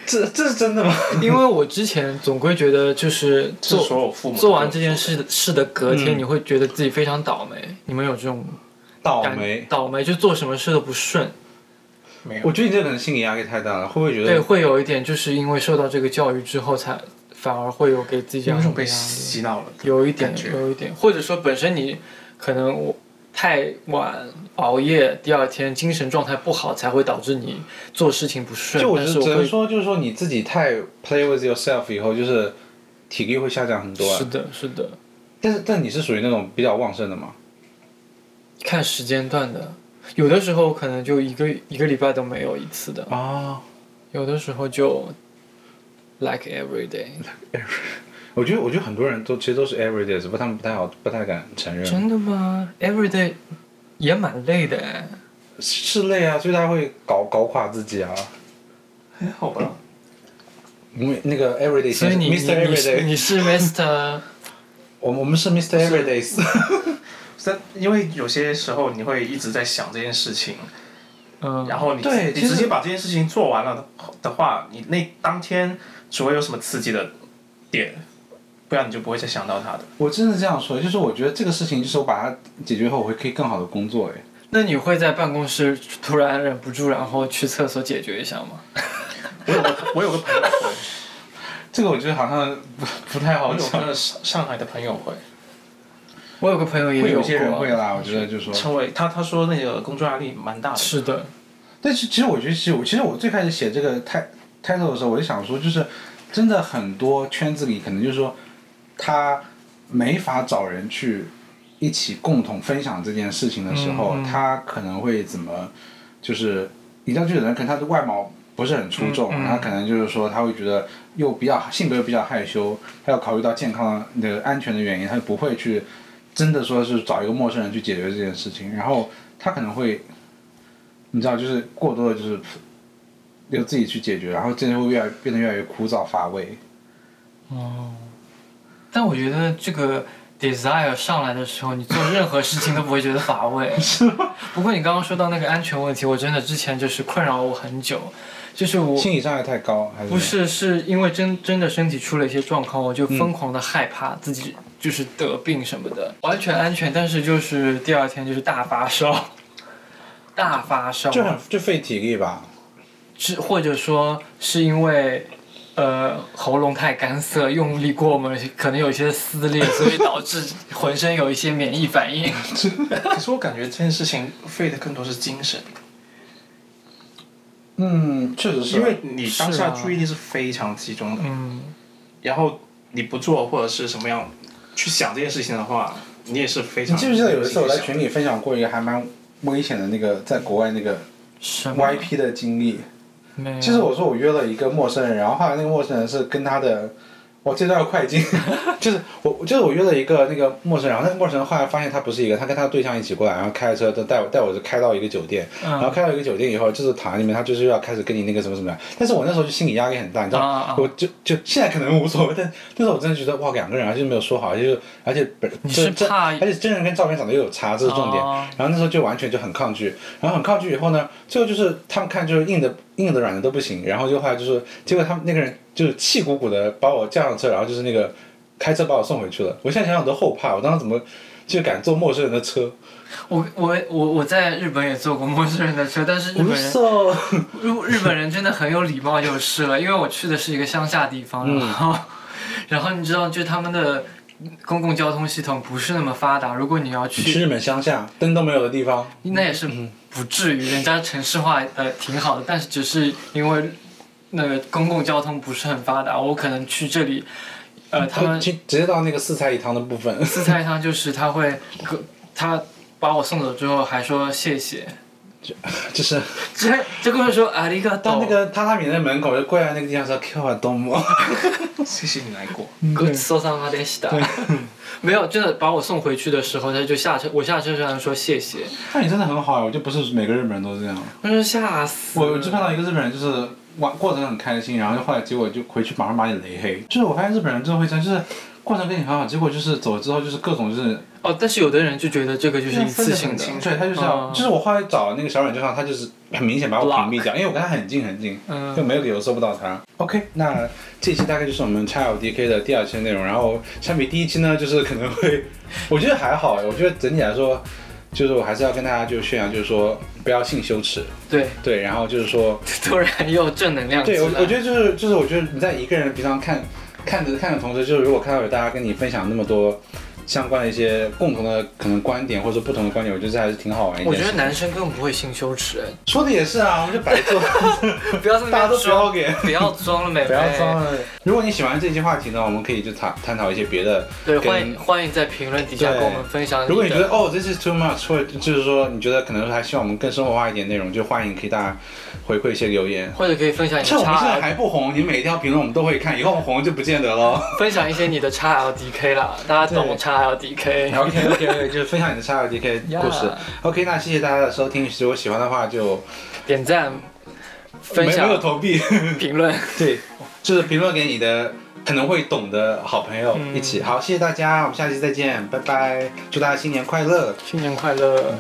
A: 这这是真的吗？
C: *laughs*
B: 因为我之前总归觉得就是
C: 这是
B: 做
C: 所有父母
B: 做完这件事的事的隔天，
A: 嗯
B: 你会觉得自己非常倒霉。你们有这种
A: 倒
B: 感
A: 霉，
B: 倒霉就做什么事都不顺，
C: 没有。
A: 我觉得你这可能心理压力太大了，会不会觉
B: 对，
A: 得
B: 会有一点，就是因为受到这个教育之后才，反而会有给自己这样
C: 有
B: 的
C: 种被
B: 压力
C: 洗脑了，
B: 有一点
C: 感，觉
B: 有一点，或者说本身你可能我太晚熬夜，第二天精神状态不好，才会导致你做事情不顺。
A: 就我
B: 但
A: 只
B: 是我
A: 只能
B: 会
A: 说，就是说你自己太 play with yourself 以后，就是体力会下降很多、
B: 是
A: 啊。
B: 的，是的，
A: 但是，但你是属于那种比较旺盛的嘛？
B: 看时间段的，有的时候可能就一个一个礼拜都没有一次的，
A: 啊，
B: 有的时候就 like every day，
A: 我觉得，我觉得很多人都其实都是 everyday，只不过他们不太好，不太敢承认。
B: 真的吗？every day 也蛮累的哎。
A: 是累啊，所以他会搞搞垮自己啊。
C: 还好吧？
A: 因为那个 everyday，
B: 所以你
A: m
B: 你
A: r
B: 你是
A: Everyday，
B: 你
A: *laughs*
B: 是 Mr
A: 我们我们是 Mr. Everyday，
C: 但因为有些时候你会一直在想这件事情，
B: 嗯
C: 然后你
A: 对
C: 你
A: 其实
C: 直接把这件事情做完了的话，你那当天除非有什么刺激的点，不然你就不会再想到它的。
A: 我真的这样说，就是我觉得这个事情，就是我把它解决后，我会可以更好的工作。哎，
B: 那你会在办公室突然忍不住，然后去厕所解决一下吗？
C: 我有个我有个朋友会，
A: 这个我觉得好像不不太
C: 我
A: 好
C: 有
A: 讲。
C: 个上上海的朋友会，
B: 我有个朋友也
A: 会有
B: 有
A: 一些人
B: 过
A: 会
B: *laughs*
A: 啦，我觉得就是说，
C: 成为他他说那个工作压力蛮大的，
B: 是的，
A: 但是其实我觉得，其实我其实我最开始写这个 ti- title 的时候，我就想说，就是真的很多圈子里可能就是说，他没法找人去一起共同分享这件事情的时候，
B: 嗯嗯
A: 他可能会怎么，就是你知道，这个人可能他的外貌不是很出众，
B: 嗯嗯
A: 他可能就是说他会觉得又比较性格又比较害羞，他要考虑到健康的安全的原因，他就不会去真的说是找一个陌生人去解决这件事情，然后他可能会，你知道，就是过多的就是由自己去解决，然后这就会越来变得越来越枯燥乏味。
B: 但我觉得这个 desire 上来的时候，你做任何事情都不会觉得乏味。不过你刚刚说到那个安全问题，我真的之前就是困扰我很久，就是我
A: 心理障碍太高还是
B: 不是是因为真真的身体出了一些状况，我就疯狂的害怕自己就是得病什么的，完全安全，但是就是第二天就是大发烧，大发烧，
A: 就很就费体力吧？
B: 是或者说是因为呃喉咙太干涩，用力过猛，可能有一些撕裂，所以导
A: *laughs*
B: 致浑身有一些免疫反应。
C: *laughs*
A: 嗯
C: 可是我感觉这件事情费的更多是精神，
A: 嗯，确实
C: 因为你当
B: 是
C: 下
B: 啊
C: 注意力是非常集中的，
B: 嗯，
C: 然后你不做或者是什么样去想这件事情的话，你也是非
A: 你
C: 常。
A: 记不记得有一次我在群里分享过一个还蛮危险的那个在国外那个
B: 什么？
A: YP 的经历？
B: 没有
A: 其实我说我约了一个陌生人，然后后来那个陌生人是跟他的，我这段要快进， *laughs* 就是我就是我约了一个那个陌生人，然后那个陌生人后来发现他不是一个，他跟他对象一起过来，然后开着车都带我带我就开到一个酒店，然后
B: 嗯
A: 开到一个酒店以后，就是躺在里面，他就是要开始跟你那个什么什么样，但是我那时候就心理压力很大，你知道吗，
B: 啊啊
A: 我就就现在可能无所谓，但那时候我真的觉得哇，两个人而且没有说好，而且就而且本
B: 你
A: 这
B: 是
A: 这
B: 怕
A: 而且真人跟照片长得又有差，这是重点。
B: 哦
A: 然后那时候就完全就很抗拒，然后很抗拒以后呢，最后就是他们看就是硬的硬的软的都不行，然后就后来就是结果他们那个人就是气鼓鼓的把我叫上车，然后就是那个开车把我送回去了。我现在想想我都后怕，我当时怎么就敢坐陌生人的车？
B: 我我我我在日本也坐过陌生人的车，但是日
A: 不
B: 本人
A: 是哦，
B: 日日本人真的很有礼貌就是了，因为我去的是一个乡下地方，
A: 嗯
B: 然后、然后你知道，就是他们的公共交通系统不是那么发达，如果你要
A: 去
B: 去，
A: 日本乡下灯都没有的地方，
B: 那也是不至于，人家城市化呃挺好的，但是只是因为那个公共交通不是很发达，我可能去这里，呃，他们
A: 直直接到那个四菜一汤的部分。
B: 四菜一汤就是他会隔他把我送走之后还说谢谢，
A: 就是
B: 这这跟我说阿里嘎
A: 到
B: 多
A: 那。个榻榻米的门口，就跪在那个地上说 “Q 啊东木
C: 谢谢你来过，
B: ごちそうさまでした。 *laughs* 没有，真的把我送回去的时候，他就下车，我下车然后说谢谢，”。
A: *laughs* 那你真的很好啊！我就不是每个日本人都这样。
B: 我说吓死了。
A: 我就看到一个日本人，就是玩过程很开心，然后就后来结果就回去马上把你雷黑。就是我发现日本人真的会这样，就是过程跟你很好，结果就是走了之后就是各种就是
B: 哦，但是有的人就觉得这个就是一次性的，
A: 对，他就是要，
B: 嗯
A: 就是我后来找那个小软件上，他就是很明显把我屏蔽掉，因为我跟他很近很近，
B: 嗯
A: 就没有理由搜不到他。OK，那这期大概就是我们 XLDK 的第二期欸的内容，然后相比第一期呢，就是可能会，我觉得还好，我觉得整体来说。就是我还是要跟大家就宣扬，就是说不要性羞耻，
B: 对，
A: 对，然后就是说，
B: 突然又正能量起来。
A: 对我我觉得就是就是我觉得你在一个人平常看看着看的同时，就是如果看到有大家跟你分享那么多相关的一些共同的可能观点或者说不同的观点，我觉得这还是挺好玩一
B: 我
A: 件
B: 觉
A: 事。
B: 得男生更不会性羞耻，
A: *laughs*
B: 哎
A: 说的也是啊，我们就白
B: *laughs*
A: 做，
B: 不要这么
A: 大家都不要
B: 装，
A: 给。
B: 不要装了，妹妹，
C: 不要装了。
A: 如果你喜欢这期话题呢，我们可以就探探讨一些别的。
B: 对，
A: 跟
B: 欢迎欢迎在评论底下
A: 对
B: 跟我们分享的。
A: 如果你觉得哦，this is too much，或者就是说你觉得可能还希望我们更生活化一点内容，就欢迎可以大家回馈一些留言。
B: 或者可以分享你
A: 趁
B: 的
A: 我们现在
B: 叉，
A: 还不红，你每一条评论我们都会看，以后我们红了就不见得喽。
B: 分享一些你的叉 LDK 啦，大家懂
A: 对
B: 叉 LDK。
A: OK
B: *laughs*
A: OK，就是分享你的 x LDK 故事
B: Yeah。
A: OK，那谢谢大家的收听，如果喜欢的话就
B: 点赞、分
A: 没没有
B: 享、
A: 投
B: *laughs*
A: 币，
B: 评论，
A: 对，就是评论给你的可能会懂的好朋友
B: 嗯
A: 一起。好，谢谢大家，我们下期再见，拜拜，祝大家新年快乐。
B: 新年快乐。